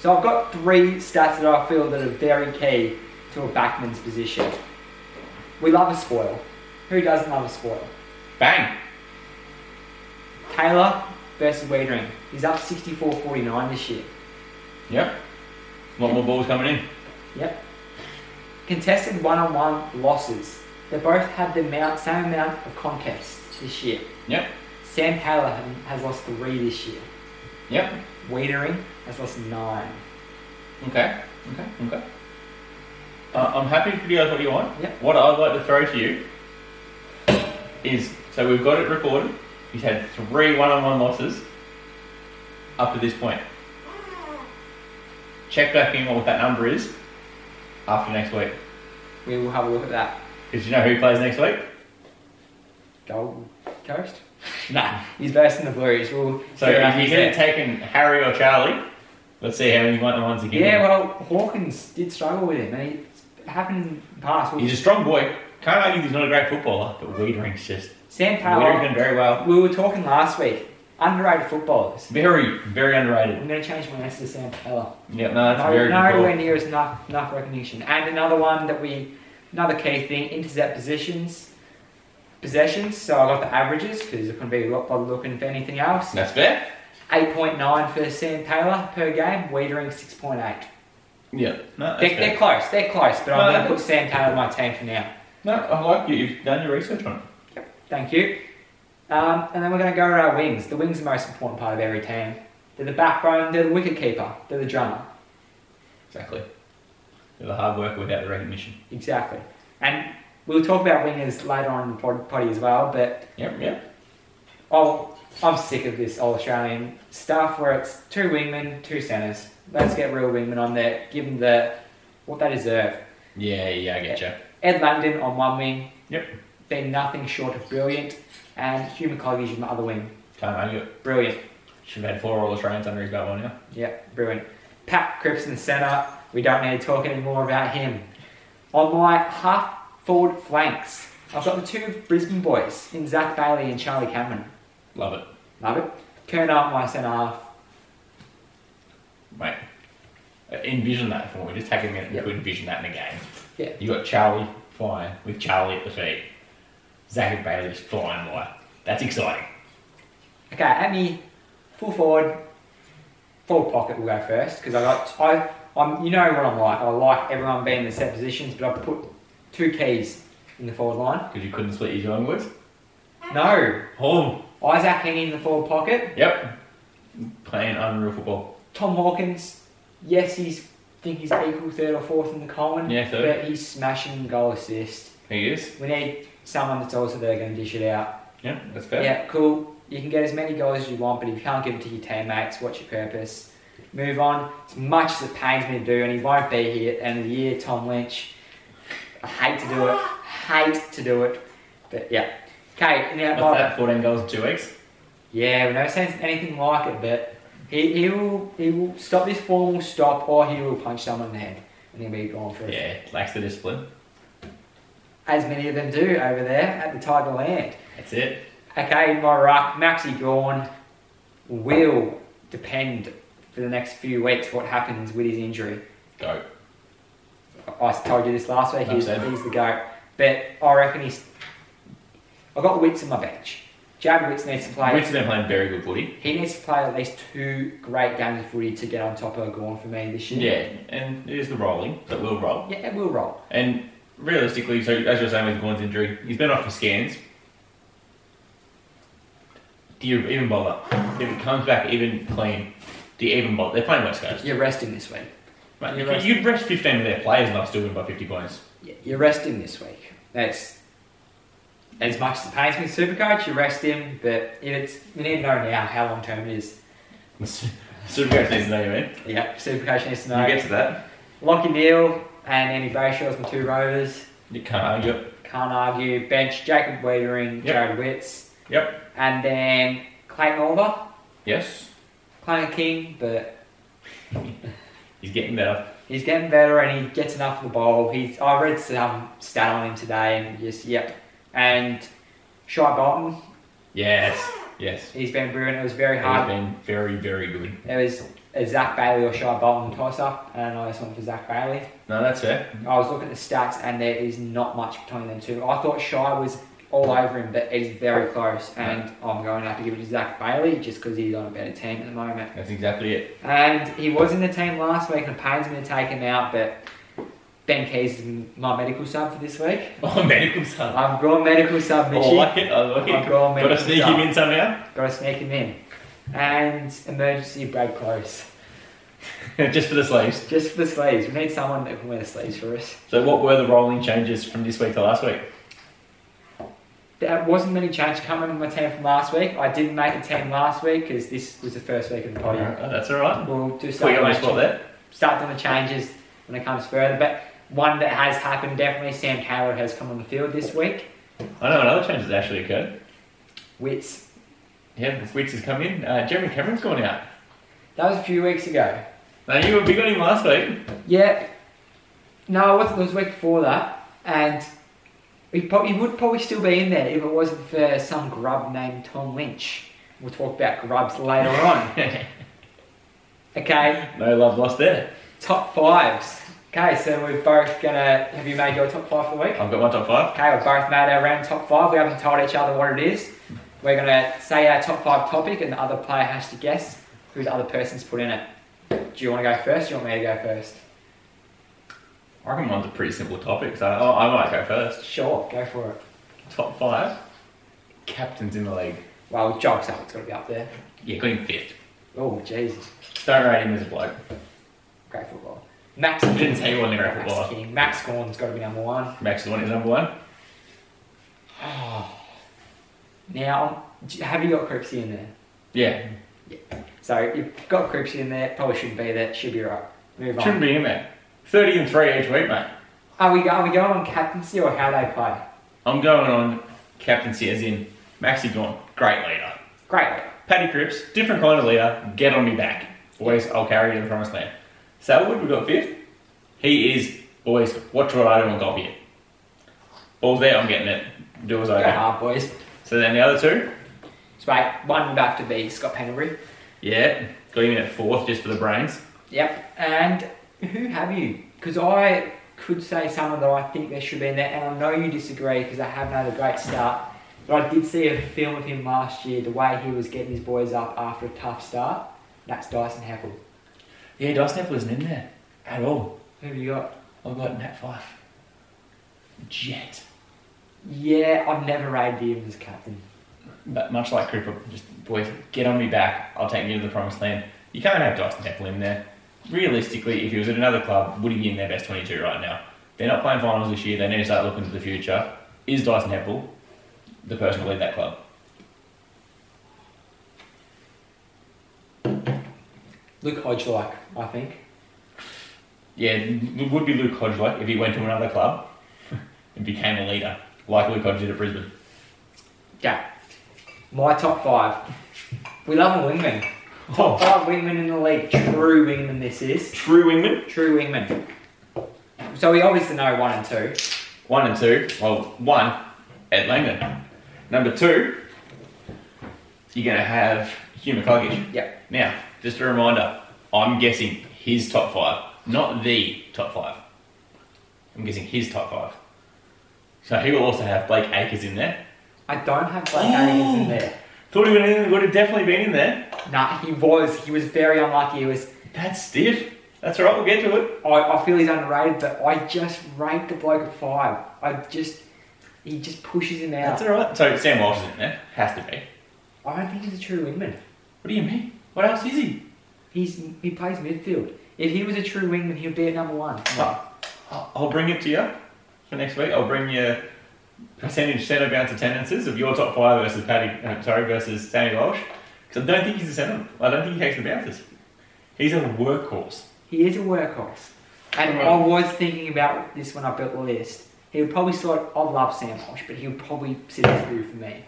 S1: So I've got three stats that I feel that are very key to a backman's position. We love a spoil. Who doesn't love a spoil?
S2: Bang!
S1: Taylor, versus Wiedering. He's up 64-49 this year.
S2: Yep. A lot more balls coming in.
S1: Yep. Contested one-on-one losses. They both had the amount, same amount of contests this year.
S2: Yep.
S1: Sam Taylor ha- has lost three this year.
S2: Yep.
S1: Wiedering has lost nine.
S2: Okay. Okay. Okay. Uh, I'm happy to you guys what you want.
S1: Yep.
S2: What I'd like to throw to you is so we've got it recorded. He's had three one-on-one losses up to this point. Check back in what that number is after next week.
S1: We will have a look at that.
S2: Because you know who plays next week?
S1: Gold Coast.
S2: Nah.
S1: He's versing the Blues. We'll see
S2: So uh,
S1: what
S2: if
S1: happens
S2: you could
S1: there.
S2: have taken Harry or Charlie, let's see how many one-on-ones he can
S1: Yeah,
S2: win.
S1: well, Hawkins did struggle with him, and it happened in the past.
S2: He's a strong boy. Can't argue he's not a great footballer, but Wiedering's just
S1: Sam
S2: Wiedering's
S1: Taylor,
S2: done very well.
S1: we were talking last week, underrated footballers.
S2: Very, very underrated.
S1: I'm going to change my answer to Sam Taylor.
S2: Yeah, no, that's a
S1: No,
S2: very good call.
S1: nowhere near as enough, enough recognition. And another one that we, another key thing, intercept positions, possessions. So I got the averages because I couldn't be a lot bothered looking for anything else.
S2: That's fair.
S1: 8.9 for Sam Taylor per game, Wiedering 6.8.
S2: Yeah, no, that's
S1: They're,
S2: fair.
S1: they're close, they're close, but
S2: No,
S1: I'm going
S2: no.
S1: to put Sam Taylor in my team for now.
S2: No, I like you. You've done your research on it.
S1: Thank you. Um, and then we're going to go to our wings. The wings are the most important part of every team. They're the backbone, they're the wicket keeper, they're the drummer.
S2: Exactly. They're the hard worker without the recognition.
S1: Exactly. And we'll talk about wingers later on in the pod- potty as well, but
S2: Yep, yep.
S1: oh, I'm sick of this all Australian stuff where it's two wingmen, two centres. Let's get real wingmen on there, give them the, what they deserve.
S2: Yeah, yeah, I get you.
S1: Ed Langdon on one wing,
S2: Yep.
S1: been nothing short of brilliant, and Hugh McCoggie's on the other wing.
S2: Can't argue it.
S1: Brilliant.
S2: Should have had four All Australians under his belt by now.
S1: Yeah, brilliant. Pat Cripps in the centre. We don't need to talk any more about him. On my half forward flanks, I've got the two Brisbane boys in Zach Bailey and Charlie Cameron.
S2: Love it,
S1: Love it. Kerner, my centre half.
S2: mate. Uh, Envision that for me. Just take a minute
S1: Yep.
S2: and envision that in a game.
S1: Yeah.
S2: You got Charlie flying with Charlie at the feet. Zachary Bailey just flying wide. That's exciting.
S1: Okay, at me, full forward, forward pocket will go first because I got I I'm you know what I'm like. I like everyone being in the set positions, but I've put two keys in the forward line.
S2: Because you couldn't split your joint words.
S1: No,
S2: Oh,
S1: Isaac Heaney in the forward pocket.
S2: yep. Playing unreal football.
S1: Tom Hawkins, yes, he's I think he's equal third or fourth in the Coleman.
S2: Yeah, third.
S1: But he's smashing goal assist.
S2: He is.
S1: We need someone that's also there going to dish it out.
S2: Yeah, that's
S1: Yeah.
S2: fair.
S1: cool. You can get as many goals as you want, but if you can't give it to your teammates, what's your purpose? Move on. As much as it pains me to do, and he won't be here at the end of the year, Tom Lynch. I hate to do it. Hate to do it. But yeah. Okay, now
S2: What's
S1: my-
S2: that? 14 goals in two weeks.
S1: yeah, we've never seen anything like it, but he, he will he will stop this form will stop or he will punch someone in the head and he'll be gone for it.
S2: Yeah, lacks the discipline.
S1: As many of them do over there at the Tiger Land.
S2: That's it.
S1: Okay, my ruck, Maxi Gorn will depend for the next few weeks what happens with his injury.
S2: Go.
S1: I I told you this last week, he's,
S2: Absolutely.
S1: he's the GOAT. But I reckon he's I've got Wits on my bench. Jad Wits needs to play.
S2: Like, Winston playing very good footy.
S1: He needs to play at least two great games of footy to get on top of Gorn for me this year.
S2: Yeah, and it is the rolling that will roll.
S1: Yeah, it will roll.
S2: And realistically, so as you're saying with Gorn's injury, he's been off for scans. Do you even bother? If it comes back even clean, do you even bother? They're playing West Coast.
S1: You're resting this week.
S2: Mate,
S1: You're
S2: you-
S1: right.
S2: You'd rest 15 of their players and I'll still win by 50 points. *laughs*
S1: Yeah, You're resting this week. That's as much as it pains me, Supercoach. You rest him, but if it's you need to know now how long term it is.
S2: Supercoach needs to know you, man.
S1: Yeah, Supercoach needs to
S2: You
S1: know.
S2: get to that.
S1: Lockie Neal and Andy Brayshaw's my two rovers.
S2: You can't argue it.
S1: Can't argue. Bench Jacob Wiedering,
S2: Yep.
S1: Jared Witz,
S2: Yep.
S1: and then Clayton Oliver,
S2: Yes.
S1: Clayton King, but
S2: He's getting better.
S1: He's getting better and he gets enough of the ball. He's I read some stat on him today and just yep. And Shy Bolton,
S2: Yes. Yes.
S1: he's been brilliant. It was very
S2: He's
S1: hard.
S2: been very, very good.
S1: It was a Zach Bailey or Shy Bolton toss up, and I just went for Zach Bailey.
S2: No, that's fair.
S1: I was looking at the stats and there is not much between them two. I thought Shy was all over him, but he's very close. And I'm going to have to give it to Zach Bailey just because he's on a better team at the moment.
S2: That's exactly it. *laughs*
S1: And he was in the team last week, and it pains me to take him out, but Ben Keys is my medical sub for this week.
S2: Oh, medical sub.
S1: I've gone medical sub,
S2: Oh, I
S1: Mitchie.
S2: like it. I like
S1: I've
S2: it.
S1: gone
S2: Got to
S1: medical
S2: sneak
S1: sub.
S2: him in somehow. *laughs*
S1: Got to sneak him in. And emergency Brad Close.
S2: Just for the sleeves.
S1: Just for the sleeves. We need someone that can wear the sleeves for us.
S2: So, what were the rolling changes from this week to last week?
S1: There wasn't many change coming on my team from last week. I didn't make the team last week because this was the first week of the podium.
S2: Oh, that's all right.
S1: We'll do
S2: Quick
S1: something.
S2: on the spot there.
S1: start doing the changes when it comes further. But one that has happened definitely, Sam Taylor has come on the field this week.
S2: I know another change has actually occurred.
S1: Wits.
S2: Yeah, this week's has come in. Uh, Jeremy Cameron's gone out.
S1: That was a few weeks ago.
S2: Now, you were big on him last week.
S1: Yeah. No, it wasn't. It was the week before that, and he, prob- he would probably still be in there if it wasn't for some grub named Tom Lynch. We'll talk about grubs later on.
S2: *laughs*
S1: Okay,
S2: no love lost there.
S1: top fives. Okay, so we're both gonna. Have you made your top five for the week?
S2: I've got my top five.
S1: Okay, we've both made our round top five. We haven't told each other what it is. We're going to say our top five topic, and the other player has to guess who the other person's put in it. Do you want to go first? Do you want me to go first?
S2: I reckon mine's a pretty simple topic, so I, I might go first.
S1: Sure, go for it.
S2: Top five captains in the league.
S1: Well, jogs up, it's got to be up there.
S2: Yeah, got him fifth.
S1: Oh, Jesus.
S2: Don't rate him as a bloke.
S1: Great football. Max
S2: Didn't say you wanted to go
S1: Max
S2: football.
S1: King. Max Gorn's got to be number
S2: *sighs*
S1: one.
S2: Max is one is number one.
S1: Now, d- have you got Cripsy in there?
S2: Yeah,
S1: So, you've got Cripsy in there, probably shouldn't be there, should be right. Move on.
S2: shouldn't be in there. Thirty and three each week, mate.
S1: Are we, go- are we going on captaincy or how they play?
S2: I'm going on captaincy as in Maxi gone. Great leader.
S1: Great.
S2: Paddy Cripps, different kind of leader. Get on me back. Always, I'll carry you to the promised land. Salwood, we got fifth. He is always watch what I do and copy it. Ball's there, I'm getting it. Do as I
S1: Go
S2: go.
S1: hard, boys.
S2: So then the other two,
S1: So right, one back to be Scott Penbury.
S2: yeah, got him in at fourth just for the brains.
S1: Yep. And who have you? Because I could say someone that I think there should be in there, and I know you disagree because I haven't had a great start. But I did see a film of him last year, the way he was getting his boys up after a tough start. That's Dyson Heppel.
S2: Yeah, Dyson Apple isn't in there at all.
S1: Who have you got?
S2: I've got Matt Fife. Jet.
S1: Yeah, I've never rated him as captain.
S2: But much like Cooper, just boys, get on me back. I'll take you to the promised land. You can't have Dyson Temple in there. Realistically, if he was at another club, would he be in their best 22 right now? They're not playing finals this year. They need to start looking to the future. Is Dyson Temple the person to lead that club?
S1: Luke Hodge-like, I think.
S2: Yeah, it would be Luke Hodge like if he went to another club *laughs* and became a leader, like Luke Hodge did at Brisbane.
S1: Yeah. My top five. We love a wingman.
S2: Oh,
S1: Five wingmen in the league. True wingman this is.
S2: true wingman.
S1: True wingman. So we obviously know one and two.
S2: One and two. Well, one at Langdon. Number two, you're going to have Hugh McCluggage.
S1: Yep.
S2: Now, just a reminder, I'm guessing his top five, not the top five. I'm guessing his top five. So he will also have Blake Acres in there.
S1: I don't have Blake Adams in
S2: Oh.
S1: there.
S2: Thought he would have, would have definitely been in there.
S1: Nah, he was. He was very unlucky. He was.
S2: That's stiff. That's all right, we'll get to it.
S1: I, I feel he's underrated, but I just rate the bloke at five. I just. He just pushes him out.
S2: That's all right. So Sam Walsh is in there. Has to be.
S1: I I don't think he's a true wingman.
S2: What do you mean? What else is he?
S1: He's he plays midfield. If he was a true wingman, he would be at number one.
S2: Well, I'll I'll bring it to you for next week. I'll bring you percentage centre bounce attendances of your top five versus Paddy. uh, sorry, versus Sammy Walsh. Because I don't think he's a centre. I don't think he takes the bounces. He's a workhorse.
S1: He is a workhorse. And
S2: Right.
S1: I was thinking about this when I built the list. He would probably slot. I love Sam Walsh, but he would probably sit through for me.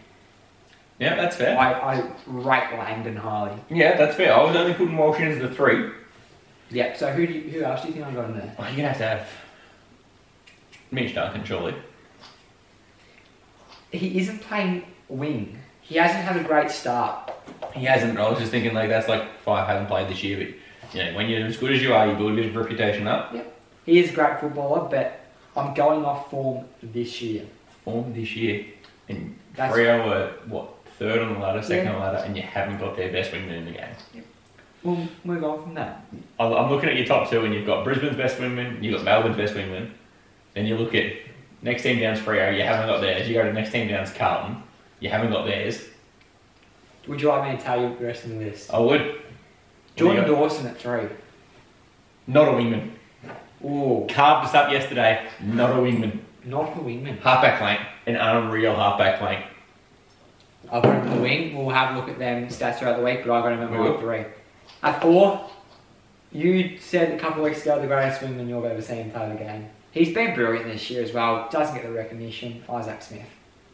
S2: Yeah, that's fair.
S1: I, I rate Langdon highly.
S2: Yeah, that's fair. I was only putting Walsh in as the three.
S1: Yep. So who do you, who else do you think I got in there?
S2: Oh, you're gonna have to have Mitch Duncan, surely.
S1: He isn't playing wing. He hasn't had a great start.
S2: He hasn't. I was just thinking like that's like five haven't played this year, but you know when you're as good as you are, you build a bit of reputation up.
S1: He is a great footballer, but I'm going off form this year.
S2: Form this year. And
S1: That's-
S2: Freo were, what, third on the ladder, second
S1: Yeah.
S2: on the ladder, and you haven't got their best wingman in the game.
S1: We'll move on from that.
S2: I- I'm looking at your top two, and you've got Brisbane's best wingman, you've got Melbourne's best wingman, then you look at next team down's Freo, you haven't got theirs. You go to next team down's Carlton, you haven't got theirs.
S1: Would you like me to tell you the rest of the list?
S2: I would.
S1: Jordan
S2: Yeah.
S1: Dawson at three.
S2: Not a wingman.
S1: Ooh,
S2: Carved us up yesterday, not a wingman.
S1: not a wingman.
S2: Halfback flank, an unreal halfback flank.
S1: I'll put him on the wing. We'll have a look at them stats throughout the week, but I've got him at
S2: We
S1: my
S2: will.
S1: three. At four, you said a couple of weeks ago the greatest wingman you've ever seen play the game. He's been brilliant this year as well. Doesn't get the recognition. Isaac Smith.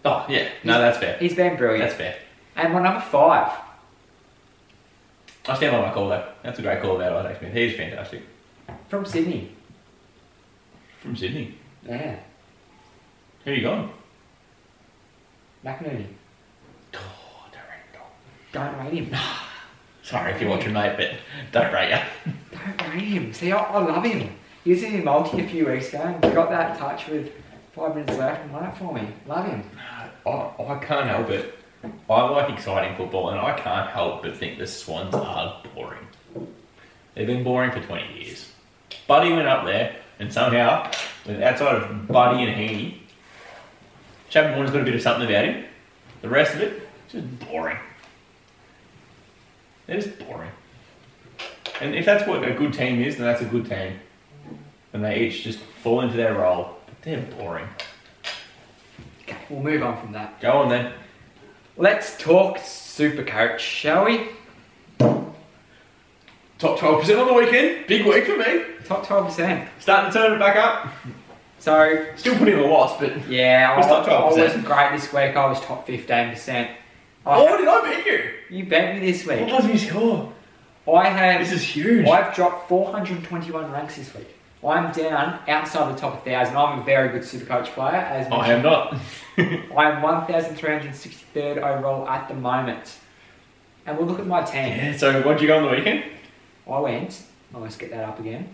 S2: Oh, yeah, no, that's fair.
S1: He's been brilliant.
S2: That's fair.
S1: And my number five,
S2: I stand by my call, though. That's a great call about Isaac Smith. He's fantastic.
S1: from Sydney.
S2: From Sydney.
S1: Yeah,
S2: Who you gone?
S1: McNooney.
S2: Oh, don't rate him.
S1: Don't rate him. *laughs*
S2: Sorry if you're watching, mate, but don't rate ya.
S1: Don't rate him. See, I, I love him. He was in his multi a few weeks ago and got that touch with five minutes left and won it for me. Love him.
S2: I, I can't help it. I like exciting football, and I can't help but think the Swans are boring. They've been boring for 20 years. Buddy went up there, and somehow, with- outside of Buddy and Heaney, Chapman Warner's got a bit of something about him. The rest of it, just boring. They're just boring. And if that's what a good team is, then that's a good team. And they each just fall into their role. But they're boring.
S1: Okay, we'll move on from that.
S2: Go on then.
S1: Let's talk super coach, shall we?
S2: Top 12% on the weekend. Big week for me.
S1: Top 12%.
S2: Starting to turn it back up.
S1: So,
S2: Still putting in the loss, but
S1: yeah, I,
S2: What's top
S1: I
S2: 12%?
S1: wasn't great this week. I was top 15%. I,
S2: oh, did I beat you?
S1: you bet me this
S2: What
S1: week.
S2: was my score?
S1: I have.
S2: This is huge.
S1: I've dropped 421 ranks this week. I'm down outside the top 1,000. I'm a very good Supercoach player. As
S2: I am not.
S1: I'm 1,363rd overall at the moment. And we'll look at my team.
S2: yeah, so what'd you go on the weekend?
S1: I went, I'll just get that up again.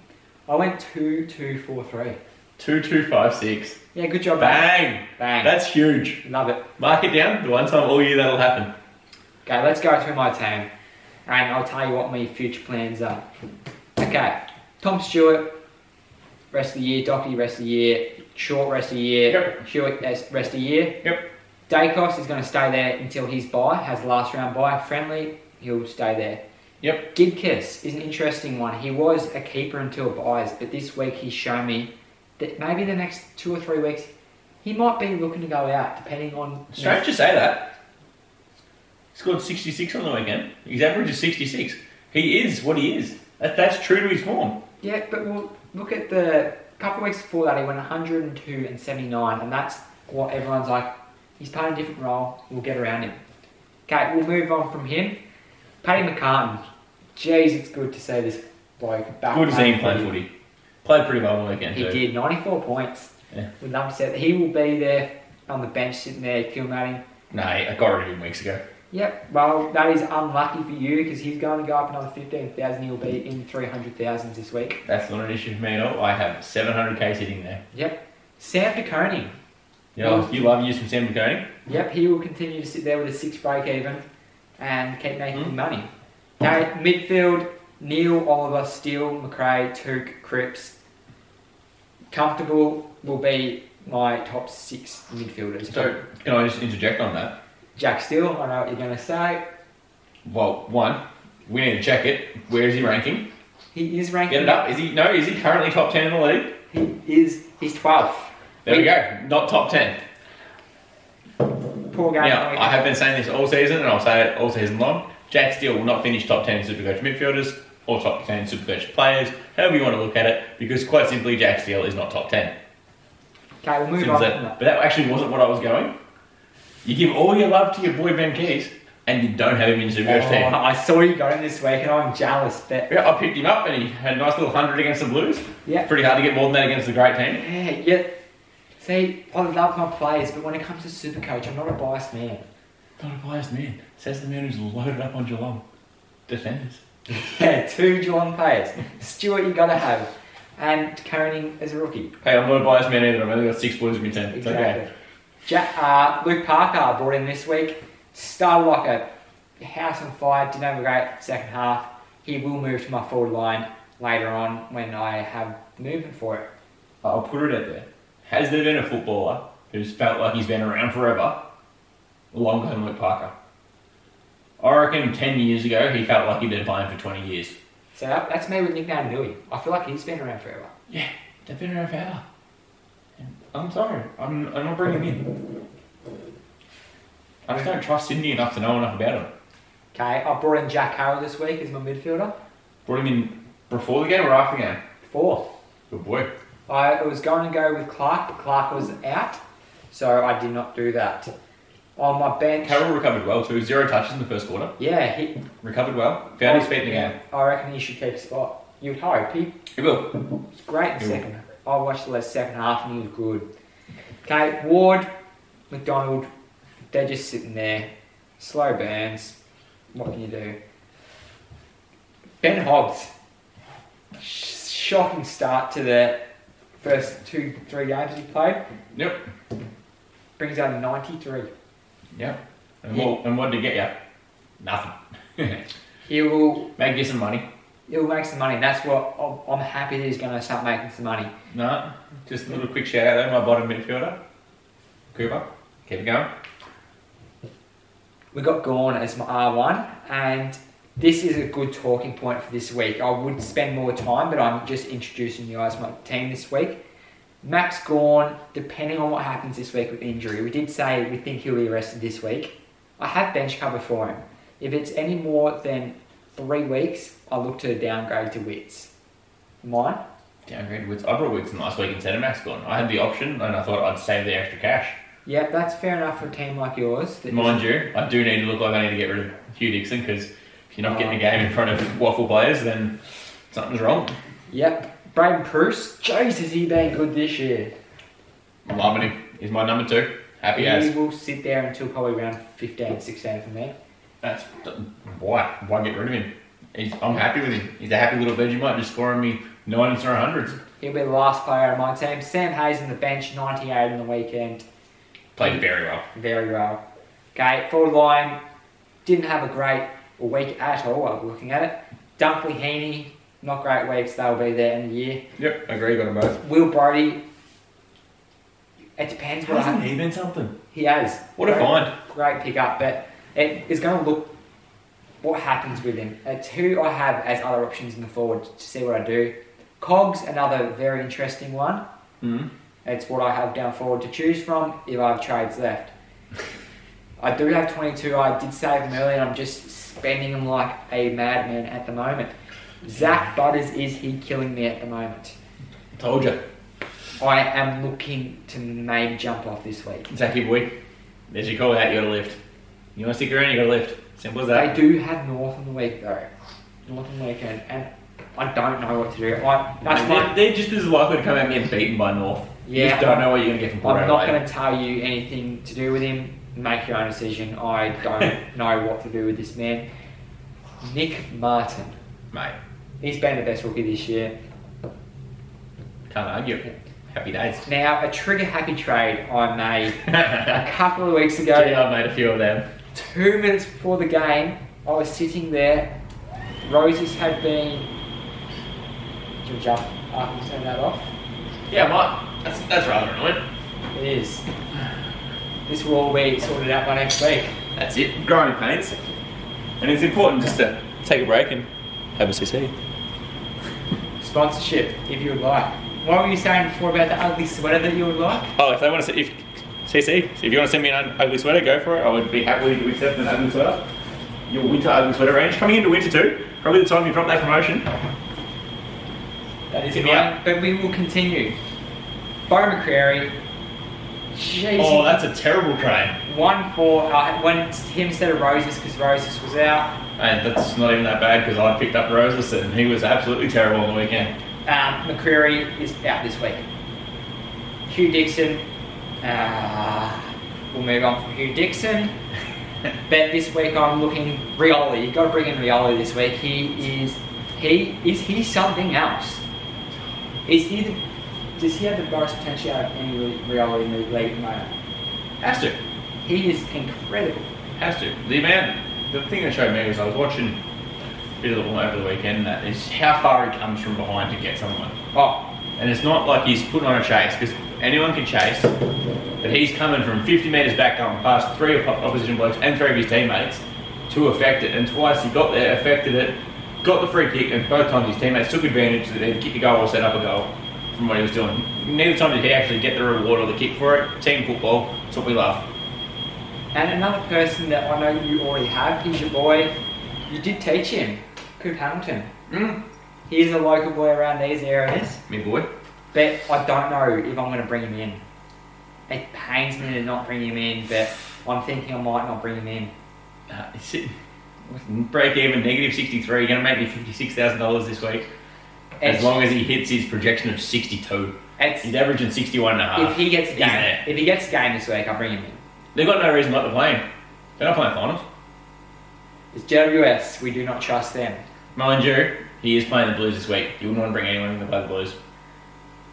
S1: I went 2,243.
S2: Two two five six.
S1: Yeah, good job, mate.
S2: Bang!
S1: Bang.
S2: That's huge.
S1: Love it.
S2: Mark it down. The one time all year that'll happen.
S1: Okay, let's go through my team, and I'll tell you what my future plans are. Okay, Tom Stewart, rest of the year. Doherty, rest of the year. Short, rest of the year.
S2: Yep.
S1: Hewitt, rest rest of the year.
S2: Yep.
S1: Dacos is going to stay there until his buy, has the last round buy. Friendly, he'll stay there.
S2: Yep.
S1: Gidkiss is an interesting one. He was a keeper until buys, but this week he's shown me that maybe the next two or three weeks he might be looking to go out, depending on
S2: Strange to say that. Scored 66 on the weekend. His average is 66. He is what he is. That, that's true to his form.
S1: Yeah, but we'll look at the couple of weeks before that. He went 102 and 79, and that's what everyone's like. He's playing a different role. We'll get around him. Okay, we'll move on from him. Paddy McCartan. Jeez, it's good to see this bloke back.
S2: Good to see him play
S1: playing
S2: footy. Played pretty well on the weekend
S1: He
S2: too.
S1: did 94 points.
S2: Yeah.
S1: We'd love to see that. He will be there on the bench, sitting there, killing
S2: No, I got rid of him weeks ago.
S1: Yep. Well, that is unlucky for you because he's going to go up another 15,000. He'll be in 300,000 this week.
S2: That's not an issue for me at all. I have 700k sitting there.
S1: Yep. Sam DeConing.
S2: You, know, you love you some Sam McConey.
S1: Yep, he will continue to sit there with a six break even and keep making
S2: Hmm.
S1: money. Okay, midfield, Neil, Oliver, Steele, McRae, Took, Cripps. Comfortable will be my top six midfielders.
S2: So, can I just interject on that?
S1: Jack Steele, I know what you're going to say.
S2: Well, one, we need to check it. Where is he ranking?
S1: He is ranked.
S2: Get it up. Is he no? Is he currently top ten in the league?
S1: He is. He's 12th.
S2: There we go. Not top ten.
S1: Poor guy.
S2: Now, I have been saying this all season, and I'll say it all season long. Jack Steele will not finish top 10 in Supercoach midfielders or top 10 Supercoach players, however you want to look at it, because quite simply, Jack Steele is not top 10.
S1: Okay, we'll move
S2: Simple
S1: on. Oh,
S2: as
S1: from
S2: that.
S1: that.
S2: But that actually wasn't what I was going. You give all your love to your boy Ben Keys, and you don't have him in your first team.
S1: Oh, I saw you got him this week and I'm jealous, but
S2: Yeah, I picked him up, and he had a nice little hundred against the Blues.
S1: yeah.
S2: Pretty hard to get more than that against the great team.
S1: Yeah, yeah. See, I love my players, but when it comes to Supercoach, I'm not a biased man. *laughs*
S2: Not a biased man. Says the man who's loaded up on Geelong defenders.
S1: Yeah, two Geelong players. Stewart, you gotta have, and Koenig as a rookie.
S2: Hey, I'm not a biased man either. I've only got six Blues in my team. It's
S1: Exactly.
S2: okay.
S1: Ja- uh, Luke Parker brought in this week. Started like a house on fire, didn't have a great second half. He will move to my forward line later on when I have movement for it.
S2: I'll put it out there. Has there been a footballer who's felt like he's been around forever longer than Luke Parker? I reckon 10 years ago, he felt like he'd been playing for 20 years.
S1: So that, that's me with Nick Nandui. I feel like he's been around forever.
S2: Yeah, they've been around forever. I'm sorry, I'm, I'm not bringing him in. I just don't trust Sydney enough to know enough about him.
S1: Okay, I brought in Jack Harrow this week as my midfielder.
S2: Brought him in before the game or after the game?
S1: Fourth.
S2: Good boy.
S1: I was going to go with Clark, but Clark was out, so I did not do that. On my bench,
S2: Carroll recovered well too, zero touches in the first quarter.
S1: yeah, he
S2: Recovered well, found his feet in the game.
S1: I reckon he should keep spot. You'd hope he
S2: He will.
S1: was great in the
S2: Yeah.
S1: second. I watched the last second half and he was good. Okay, Ward, McDonald, they're just sitting there, slow burns. What can you do? Ben Hobbs, Sh- shocking start to the first two three games he played.
S2: Yep.
S1: Brings out ninety three.
S2: Yep. And what, and what did he get you? Nothing. *laughs*
S1: He will
S2: Make you some money.
S1: he'll make some money. That's what I'm- I'm happy that he's going to start making some money.
S2: No, just a little quick shout out there, my bottom midfielder. Cooper, keep it going.
S1: We got Gorn as my R1, and this is a good talking point for this week. I would spend more time, but I'm just introducing you guys my team this week. Max Gorn, depending on what happens this week with injury, we did say we think he'll be arrested this week. I have bench cover for him. If it's any more than three weeks, I'll look to downgrade to Wits. Mine?
S2: Downgrade Woods. I brought Woods in last week instead of Max Gordon. I had the option and I thought I'd save the extra cash.
S1: Yep, that's fair enough for a team like yours. that
S2: Mind you, I do need to look like I need to get rid of Hugh Dixon because if you're not getting a game in front of waffle players, then something's wrong.
S1: Yep, Braden Pruce. Jesus, has he been good this year?
S2: I'm loving him. He's my number two. Happy
S1: He
S2: as.
S1: will sit there until probably round 15, 16 for me.
S2: That's why. Why get rid of him? He's, I'm happy with him. He's a happy little Vegemite just scoring me 90s or 100s.
S1: He'll be the last player on my team. Sam Hayes on the bench, 98 in the weekend.
S2: Played very well.
S1: Very well. Okay, forward line. Didn't have a great week at all, I'm looking at it. Dunkley Heaney, not great weeks, they'll be there in the year.
S2: Yep, I agree. Got them both.
S1: Will Brody, it depends what
S2: Hasn't
S1: happens.
S2: he been something?
S1: He has.
S2: What a
S1: Great-
S2: find.
S1: Great pickup, but it is going to look what happens with him. It's who I have as other options in the forward to see what I do. Cogs, another very interesting one.
S2: Mm.
S1: It's what I have down forward to choose from if I have trades left. I do have 22. I did save them early, and I'm just spending them like a madman at the moment. Zach Butters, is he killing me at the moment?
S2: Told you.
S1: I am looking to maybe jump off this week.
S2: Zachy boy. There's your call out. You got to lift. You want to stick around? You got to lift. Simple as that.
S1: They do have North on the week though. North on the weekend, and I don't know what to do. I, that's
S2: they're,
S1: my,
S2: they're just as likely to come out and get beaten by North. you
S1: Yeah.
S2: just don't know what you're going to get from Port
S1: I'm not
S2: Adelaide.
S1: going to tell you anything to do with him. Make your own decision. I don't know what to do with this man. Nick Martin.
S2: Mate,
S1: He's been the best rookie this year.
S2: can't argue. Happy
S1: *laughs*
S2: days. *laughs*
S1: Now, a trigger happy trade I made a
S2: yeah,
S1: couple of weeks ago.
S2: I've made a few of them.
S1: two minutes before the game, I was sitting there. Roses had been. Do you jump up and turn that off?
S2: Yeah, Mike, that's, that's rather annoying.
S1: It is. This will all be sorted out by next week.
S2: That's it. Growing pains. And it's important just to take a break and have a CC.
S1: Sponsorship, if you would like. What were you saying before about the ugly sweater that you would like?
S2: Oh, if they want to, if CC, if you want to send me an ugly sweater, go for it. I would be happily to accept an ugly sweater. Your winter ugly sweater range coming into winter too. Probably the time you drop that promotion.
S1: That is
S2: Hit me
S1: mine, but we will continue. Bo McCrary. Jeez.
S2: Oh, that's a terrible trade.
S1: One for uh, when it's him instead of Roses because Roses was out.
S2: And that's not even that bad because I picked up Roses and he was absolutely terrible on the weekend.
S1: Um, McCreary is out this week. Hugh Dixon. Uh, we'll move on from Hugh Dixon. *laughs* But this week I'm looking Rioli. You got to bring in Rioli this week. He is he is he something else? Is he the, does he have the most potential out of any Rioli in the league at the moment?
S2: Has to. He is incredible. Has to. The amount, the thing that showed me was I was watching a bit of the over the weekend. That is how far he comes from behind to get someone. Oh, and it's not like he's putting on a chase because anyone can chase, but he's coming from 50 meters back, going past three oppo- opposition blokes and three of his teammates to affect it. And twice he got there, affected it, got the free kick, and both times his teammates took advantage that they'd kick a goal or set up a goal from what he was doing. Neither time did he actually get the reward or the kick for it. Team football, it's what we love.
S1: And another person that I know you already have, he's your boy. You did teach him, Coop Hamilton.
S2: Mm.
S1: He's a local boy around these areas,
S2: Me boy.
S1: but I don't know if I'm going to bring him in. It pains me to not bring him in, but I'm thinking I might not bring him in.
S2: Nah, Uh, it's sitting. Break even, negative 63. You're going to make me $56,000 this week.
S1: It's,
S2: As long as he hits his projection of 62.
S1: it's,
S2: He's averaging 61 and a
S1: if
S2: half.
S1: he gets a
S2: He's
S1: game,
S2: there.
S1: if he gets a game this week, I'll bring him in.
S2: They've got no reason not to play him. They're not playing finals.
S1: It's JWS. We do not trust them.
S2: Mind you, he is playing the Blues this week. You wouldn't want to bring anyone in to play the Blues.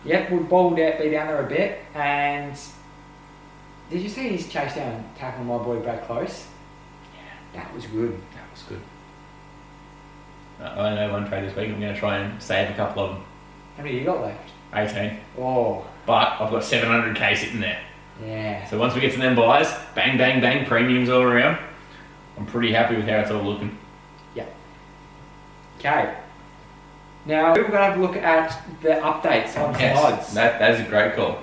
S1: Yep, we'll ball out, be down there a bit. And did you see he's chased down and tackled my boy Brad Close? Yeah, that was good.
S2: That was good. Uh, I know one trade this week. I'm going to try and save a couple of them.
S1: How many you got left?
S2: 18.
S1: Oh,
S2: But I've got 700k sitting there.
S1: yeah.
S2: So once we get to them buys, bang, bang, bang, premiums all around. I'm pretty happy with how it's all looking.
S1: Okay. Now we're gonna have a look at the updates on the odds.
S2: that, that is a great call.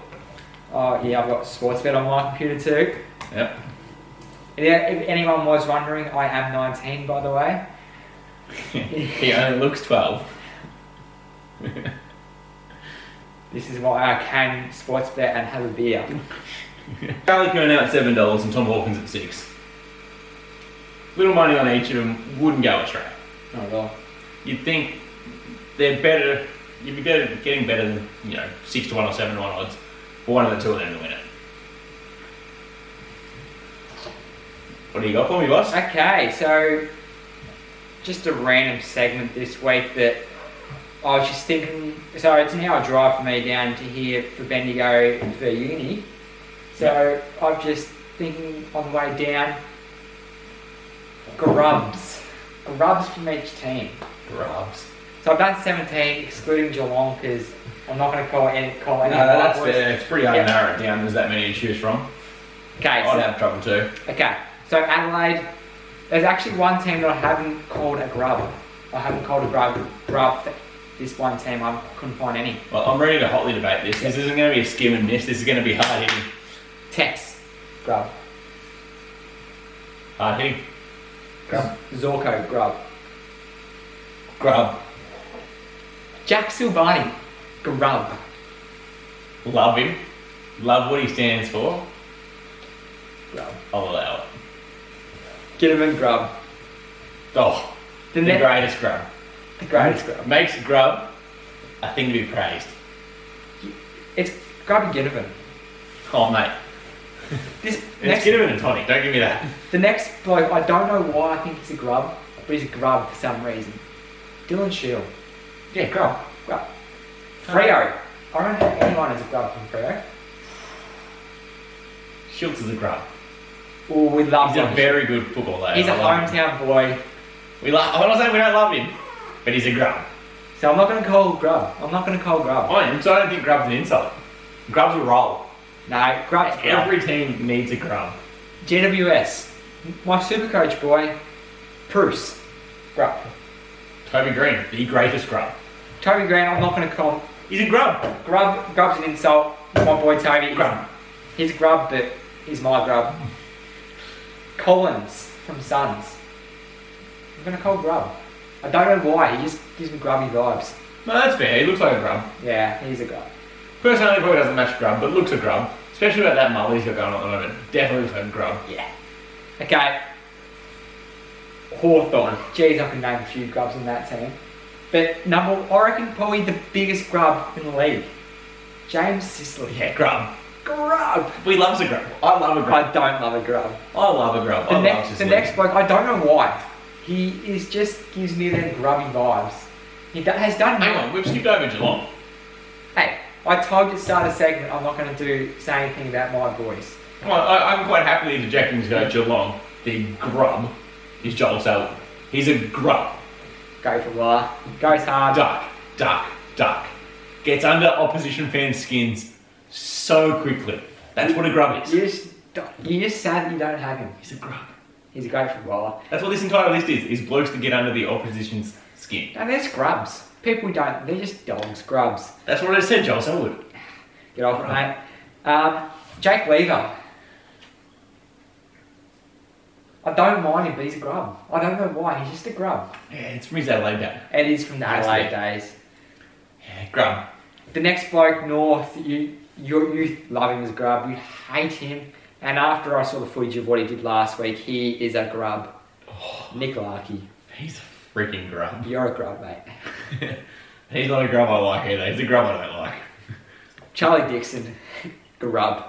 S1: Oh yeah, I've got Sportsbet on my computer too.
S2: Yep.
S1: Yeah, if anyone was wondering, I am 19 by the way.
S2: he only looks 12.
S1: This is why I can sports bet and have a beer.
S2: Charlie Kern out at seven dollars and Tom Hawkins at six. Little money on each of them wouldn't go astray.
S1: Not at all.
S2: You'd think they're better. You'd be better getting better than you know six to one or seven to one odds for one of the two of them to win it. What do you got for me, boss?
S1: Okay, so just a random segment this week that I was just thinking. So it's an hour drive for me down to here for Bendigo for uni. So I'm just thinking on the way down, grubs. Grubs from each team.
S2: Grubs.
S1: So I've done 17, excluding Geelong, because I'm not going to call any call
S2: No,
S1: any.
S2: that's
S1: Cowboys.
S2: fair. It's pretty hard to narrow it down. There's that many to choose from.
S1: Okay,
S2: I'd
S1: so
S2: have trouble too.
S1: Okay, so Adelaide, there's actually one team that I haven't called a grub. I haven't called a grub, grub for this one team. I couldn't find any.
S2: Well, I'm ready to hotly debate this. This isn't going to be a skim and miss. This is going to be hard hitting.
S1: Tex, grub.
S2: Hard hitting.
S1: Grub. Zorko, grub.
S2: Grub.
S1: Jack Silvani, grub.
S2: Love him. Love what he stands for.
S1: Grub.
S2: I'll allow it.
S1: Gitterman, grub.
S2: Oh,
S1: The,
S2: the
S1: ne-
S2: greatest grub.
S1: the greatest grub.
S2: Makes grub a thing to be praised.
S1: It's grub and Gitterman.
S2: Oh, mate.
S1: This
S2: It's
S1: next,
S2: Gitterman and Tonic. Don't give me that.
S1: the next bloke, I don't know why I think he's a grub, but he's a grub for some reason. Dylan Shield,
S2: Yeah, grub.
S1: grub. Freo. I don't think anyone is a grub from Freo.
S2: Schultz is a grub.
S1: Oh, we love
S2: He's
S1: him.
S2: a very good football player.
S1: He's a
S2: I love him.
S1: hometown boy,
S2: We love. I'm not saying we don't love him, but he's a grub.
S1: so I'm not going to call Grub. I'm not going to call Grub.
S2: I am, so I don't think grub's an insult. Oh, Grub's a roll.
S1: No, Grub's Grub.
S2: Every team needs a grub.
S1: GWS, my super coach boy, Bruce. Grub.
S2: Toby Green, the greatest grub.
S1: Toby Green, I'm not going to call him.
S2: He's a grub.
S1: Grub. Grub's an insult. My boy Toby. he's-
S2: Grub.
S1: He's Grub, but he's my Grub. Collins from Suns. I'm going to call Grub. I don't know why, he just gives me grubby vibes.
S2: No, that's fair. He looks like a grub.
S1: Yeah, he's a grub.
S2: Personality probably doesn't match grub, but looks a grub. Especially about that mullet he's got going on at the moment. Definitely looks like a grub.
S1: Yeah. Okay. Hawthorn. Jeez, I can name a few grubs on that team. But number, I reckon probably the biggest grub in the league. James Sicily.
S2: Yeah, grub.
S1: Grub!
S2: We loves a grub. I love a grub.
S1: I don't love a grub.
S2: I, love a grub.
S1: The,
S2: I
S1: next,
S2: love
S1: the next bloke, I don't know why. He is just gives me them grubby vibes. He do, has done.
S2: Hang on, we've skipped over Geelong.
S1: Hey, I told you to start a segment. I'm not going to do say anything about my boys.
S2: Well, I, I'm quite happily dejecting to go Geelong. The grub is Joel Selwood. He's a grub.
S1: Go for Willa. Goes hard.
S2: Duck, duck, duck. Gets under opposition fans' skins so quickly. That's what a grub is.
S1: You just, don't- you just sad you don't have him.
S2: He's a grub.
S1: He's a great footballer.
S2: That's what this entire list is, is blokes that get under the opposition's skin.
S1: And they're scrubs. People don't, they're just dogs, scrubs.
S2: That's what I said, Joel Selwood.
S1: Get off it, mate. Um, Jake Weaver. I don't mind him, but he's a grub. I don't know why, he's just a grub.
S2: Yeah, it's from his Adelaide day.
S1: It is from the
S2: Has to
S1: Adelaide
S2: be.
S1: days.
S2: Yeah, grub.
S1: The next bloke north, you you you love him as a grub, you hate him, and after I saw the footage of what he did last week, he is a grub. Nick Larkey,
S2: He's a freaking grub. *laughs*
S1: you're a grub, mate.
S2: He's not a grub I like either. He's a grub I don't like.
S1: Charlie Dixon, *laughs* grub.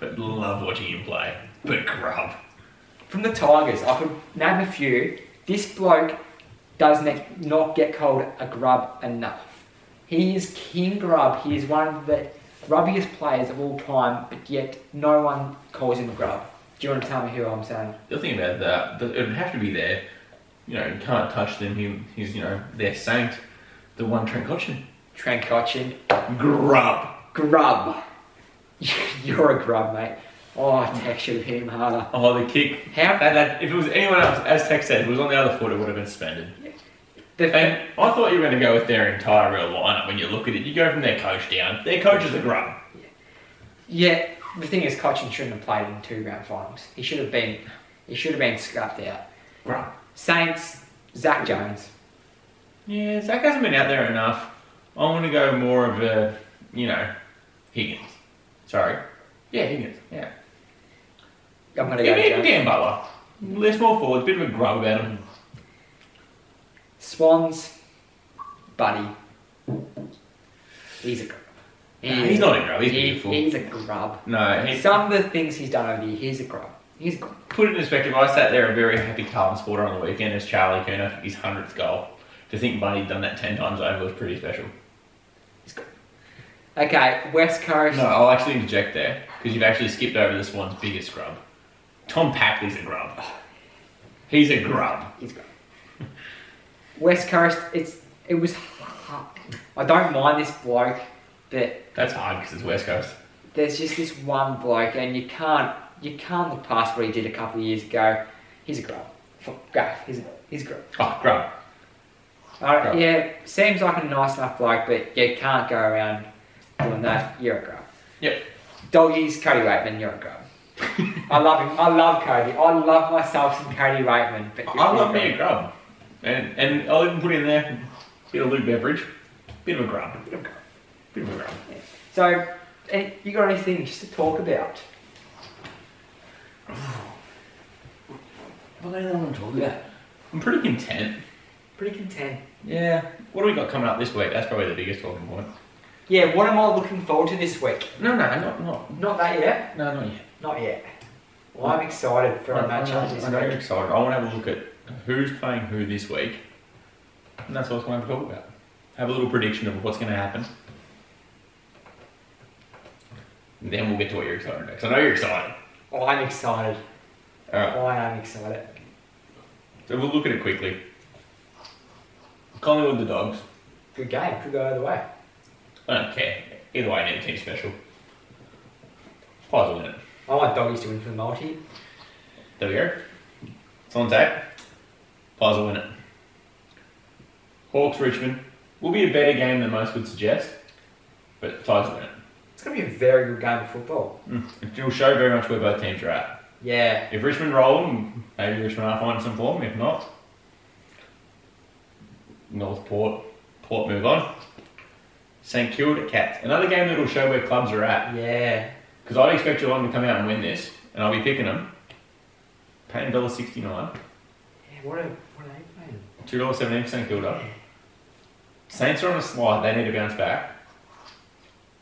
S2: But love watching him play. But grub.
S1: From the Tigers, I could name a few. This bloke does ne- not get called a grub enough. He is king grub. He is one of the grubbiest players of all time, but yet no one calls him a grub. Do you want to tell me who I'm saying?
S2: The other thing about that, that it would have to be there. You know, you can't touch them. He, he's, you know, their saint. The one Trent Cotchin.
S1: Trent Cotchin.
S2: Grub.
S1: Grub. *laughs* You're a grub, mate. Oh, I text should have hit him harder.
S2: Oh, the kick.
S1: How
S2: That, that, if it was anyone else, as Tech said, if it was on the other foot, it would have been suspended.
S1: the
S2: And I thought you were going to go with their entire real lineup. When you look at it, you go from their coach down. Their coach is a grub.
S1: yeah, the thing is, Cotchin shouldn't have played in two grand finals. He should have been, he should have been scrapped out.
S2: Grub.
S1: Saints, Zach Jones.
S2: Yeah, Zach hasn't been out there enough. I want to go more of a, you know, Higgins. Sorry. Yeah, Higgins. Yeah.
S1: I'm gonna go
S2: Even, even *laughs*
S1: Jones.
S2: Dan Butler. Less more forward, bit of a grub about him.
S1: Swans, Buddy. He's a grub.
S2: Nah, he's not a grub, he's
S1: he-
S2: beautiful.
S1: He's a grub.
S2: No, he,
S1: Some of the things he's done over the year, he's a grub. He's a grub.
S2: put it in perspective, I sat there a very happy Carlton supporter on the weekend as Charlie Kuna, his 100th goal. To think Bunny'd done that 10 times over was pretty special.
S1: Okay, West Coast.
S2: No, I'll actually interject there, because you've actually skipped over this one's biggest grub. Tom Papley's a grub. He's a grub.
S1: He's great. West Coast, it's it was. hard. I don't mind this bloke, but
S2: That's hard because it's West Coast.
S1: there's just this one bloke, and you can't you can't look past what he did a couple of years ago. He's a grub. Fuck, Grub. He's a, he's a grub.
S2: Oh, grub.
S1: Alright,
S2: Grub.
S1: Yeah, seems like a nice enough bloke, but you can't go around doing that. You're a grub.
S2: Yep.
S1: Doggies, Cody Waitman, you're a grub. I love him. I love Cody. I love myself some Cody Waitman. But
S2: I love
S1: you're a
S2: me a grub. And, and I'll even put in there a bit of Luke Beveridge, bit of a grub. Bit of a grub. Bit of a grub.
S1: So, eh, you got anything just to talk about?
S2: What do I want to talk about? I'm pretty content.
S1: Pretty content.
S2: Yeah. What do we got coming up this week? That's probably the biggest talking point.
S1: Yeah, what am I looking forward to this week?
S2: No, no, not, not,
S1: Not that yet.
S2: no, not yet.
S1: Not yet. Well, I'm excited for
S2: No,
S1: a
S2: no,
S1: match
S2: no,
S1: up this
S2: I know you're
S1: week.
S2: excited. I want to have a look at who's playing who this week, and that's what I was going to talk about. Have a little prediction of what's going to happen. And then we'll get to what you're excited about. 'cause I know you're excited.
S1: Oh, I'm excited.
S2: All right.
S1: I am excited.
S2: So we'll look at it quickly. Collingwood the dogs.
S1: Good game. Could go either way.
S2: I don't care. Either way, I need a team special. Pies will win it.
S1: I want doggies to win for the multi.
S2: There we go. It's on tap. Pies will win it. Hawks Richmond will be a better game than most would suggest, but Tigers will win it. Hmm.
S1: It's going to be a very good game of football.
S2: It will show very much where both teams are at.
S1: Yeah.
S2: If Richmond roll, maybe Richmond are finding some form. If not, North Port, Port move on. St Kilda Cats. Another game that will show where clubs are at.
S1: Yeah.
S2: Because I'd expect Geelong to come out and win this, and I'll be picking them. Paying $1.69.
S1: Yeah, what are, what are they playing?
S2: Two dollars seventeen for St Kilda. Saints are on a slide. They need to bounce back.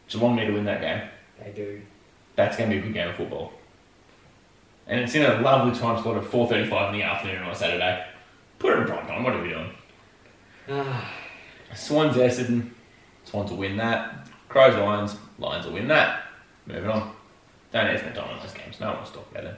S2: Geelong need to win that game.
S1: They *sighs* do.
S2: That's going to be a good game of football. And it's in a lovely time slot of four thirty-five in the afternoon on a Saturday. Put it in prime time. What are we doing?
S1: Ah,
S2: Swans Essendon. Swans will win that. Crows Lions. Lions will win that. Moving on. Don't need to spend time on those games. No one wants to talk about them.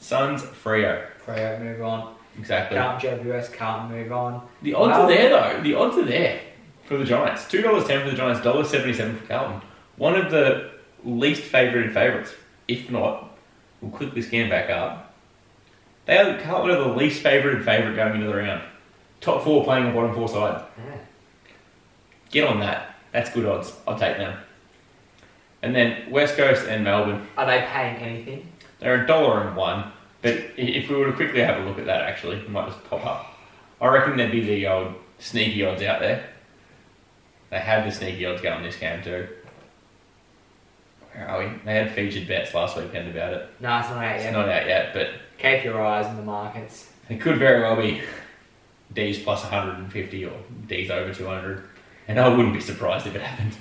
S2: Suns, Frio.
S1: Freo move on.
S2: Exactly.
S1: Carlton JWS can't move on.
S2: The odds
S1: Wow.
S2: are there though. The odds are there for the Giants. Two dollars ten for the Giants. Dollar seventy seven for Carlton. One of the least favoured favourites, if not. We'll quickly scan back up. They are Carlton are the least favoured favourite going into the round. Top four playing a bottom four side.
S1: Yeah.
S2: Get on that. That's good odds. I'll take them. And then West Coast and Melbourne.
S1: Are they paying anything?
S2: They're a dollar and one. But i- if we were to quickly have a look at that, actually, it might just pop up. I reckon there'd be the old sneaky odds out there. They had the sneaky odds going this game too. Where are we? They had featured bets last weekend about it.
S1: No, it's not out
S2: It's
S1: yet.
S2: not out yet, but
S1: Keep your eyes on the markets.
S2: it could very well be D's plus 150 or D's over 200. And I wouldn't be surprised if it happened.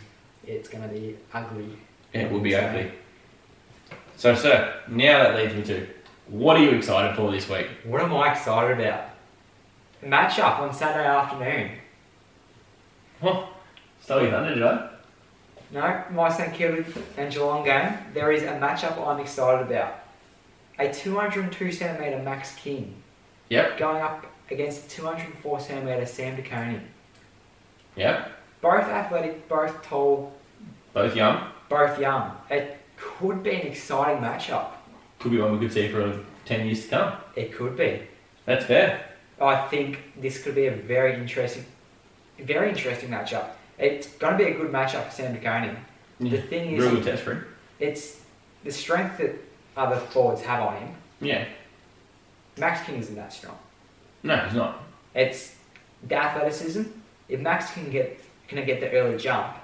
S1: It's going to be ugly.
S2: It will be
S1: Sorry.
S2: ugly. So, sir, now that leads me to what are you excited for this week?
S1: What am I excited about? Matchup on Saturday afternoon.
S2: Huh? Stole your thunder, did I?
S1: No, my St Kilda and Geelong game. There is a matchup I'm excited about. A 202 centimetre Max King
S2: Yep.
S1: going up against 204 centimetre Sam DeConey.
S2: Yep.
S1: Both athletic, both tall,
S2: Both young.
S1: both young. It could be an exciting matchup.
S2: Could be one we could see for 10 years to come.
S1: It could be.
S2: That's fair.
S1: I think this could be a very interesting, very interesting matchup. It's going to be a good matchup for Sam DeConey. The thing is,
S2: Real good test for him.
S1: it's the strength that other forwards have on him.
S2: Yeah.
S1: Max King isn't that strong.
S2: No, he's not.
S1: It's the athleticism. If Max can get can get the early jump,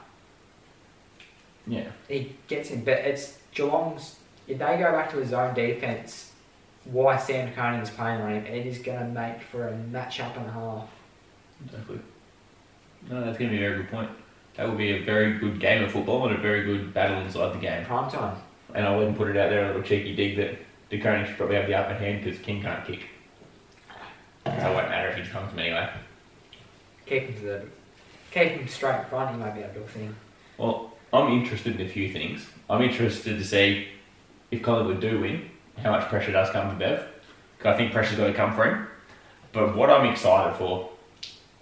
S2: Yeah.
S1: he gets in. But it's Geelong's. If they go back to his zone defense, why Sam Carney is playing on him, it is going to make for a matchup and a half.
S2: Exactly. No, that's going to be a very good point. That will be a very good game of football and a very good battle inside the game.
S1: Prime time.
S2: And I'll even put it out there a little cheeky dig that DeConing should probably have the upper hand because King can't kick. So it won't matter if he comes him anyway.
S1: Keep him to the, keep him straight in front. He might be able to do a thing.
S2: Well, I'm interested in a few things. I'm interested to see if Collingwood do win, how much pressure does come from Bev. 'Cause I think pressure's going to come for him. But what I'm excited for,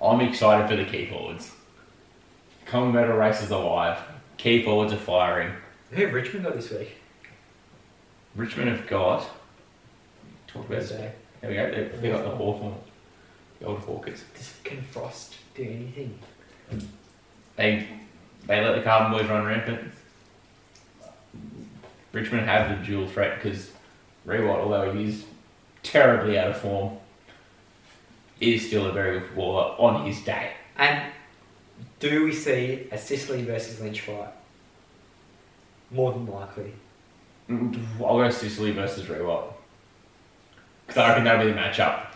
S2: I'm excited for the key forwards. Common medal race is alive. Key forwards are firing.
S1: Who have Richmond got this week?
S2: Richmond have got. Talk about
S1: So,
S2: There we go. They- They got the Hawthorn, the old Hawkers.
S1: does- can Frost do anything?
S2: They they let the Carlton boys run rampant. Richmond have the dual threat because Rewalt, although he's terribly out of form, is still a very good footballer on his day.
S1: And do we see a Sicily versus Lynch fight? More than likely.
S2: I'll go Sicily versus Rewalt because I reckon that'll be the matchup.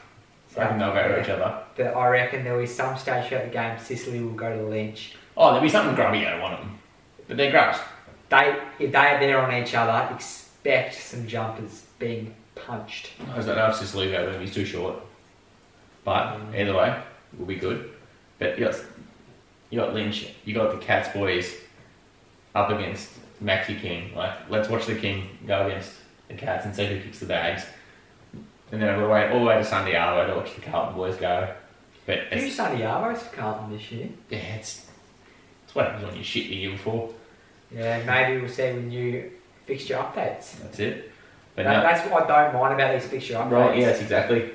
S2: I reckon they'll go to each other.
S1: But I reckon there'll be some stage throughout the game Sicily will go to Lynch.
S2: Oh, there'll be something grubby out of one of them, but they're grubs.
S1: They if they are there on each other, expect some jumpers being punched.
S2: I don't know if Sicily though, maybe he's too short. But either way, it will be good. But you got, you got Lynch, you got the Cats boys up against Maxi King. Like, let's watch the King go against the Cats and see who kicks the bags. And then all the way, all the way to Sunday Arvo to watch the Carlton boys go. But
S1: Who's
S2: it's,
S1: Sonny Arvo's for Carlton this year?
S2: yeah, it's, it's what happens when you shit the year before.
S1: Yeah, maybe we'll see with new fixture updates.
S2: That's it. But
S1: That-
S2: no,
S1: That's what I don't mind about these fixture updates.
S2: Right, yes, exactly.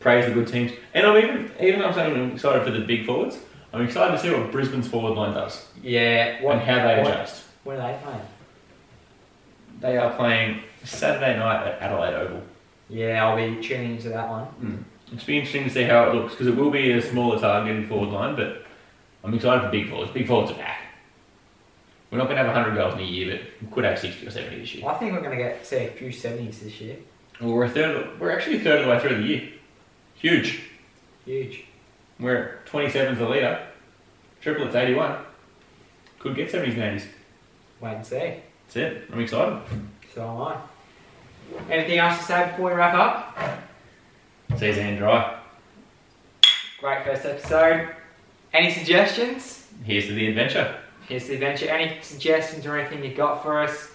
S2: Praise the good teams. And I'm even, even though I'm saying I'm excited for the big forwards, I'm excited to see what Brisbane's forward line does
S1: Yeah. What,
S2: and how they
S1: what-
S2: adjust.
S1: When are they playing?
S2: They are playing Saturday night at Adelaide Oval.
S1: Yeah, I'll be tuning into that one.
S2: It's be interesting to see how it looks because it will be a smaller targeted forward line, but I'm excited for big forwards. Big forwards are back. We're not going to have 100 goals in a year, but we could have 60 or 70 this year.
S1: I think we're going to get see a few seventies this year.
S2: Well, we're a third. We're actually a third of the way through the year. Huge.
S1: Huge.
S2: We're 27's the leader. Triple it's 81. Could get 70s and 80s.
S1: Wait and see.
S2: That's it. I'm excited.
S1: So am I. Anything else to say before we wrap up?
S2: Season and dry.
S1: Great first episode. Any suggestions?
S2: Here's to the adventure.
S1: Here's the adventure. Any suggestions or anything you got for us?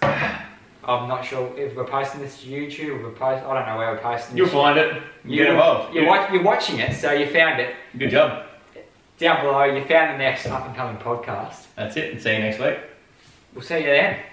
S1: I'm not sure if we're posting this to YouTube or we're post- I don't know where we're posting
S2: You'll
S1: this.
S2: find it. You get involved.
S1: You're,
S2: Good-
S1: wa- you're watching it, so you found it.
S2: Good job.
S1: Down below, you found the next up and coming podcast.
S2: That's it. And see you next week.
S1: We'll see you then.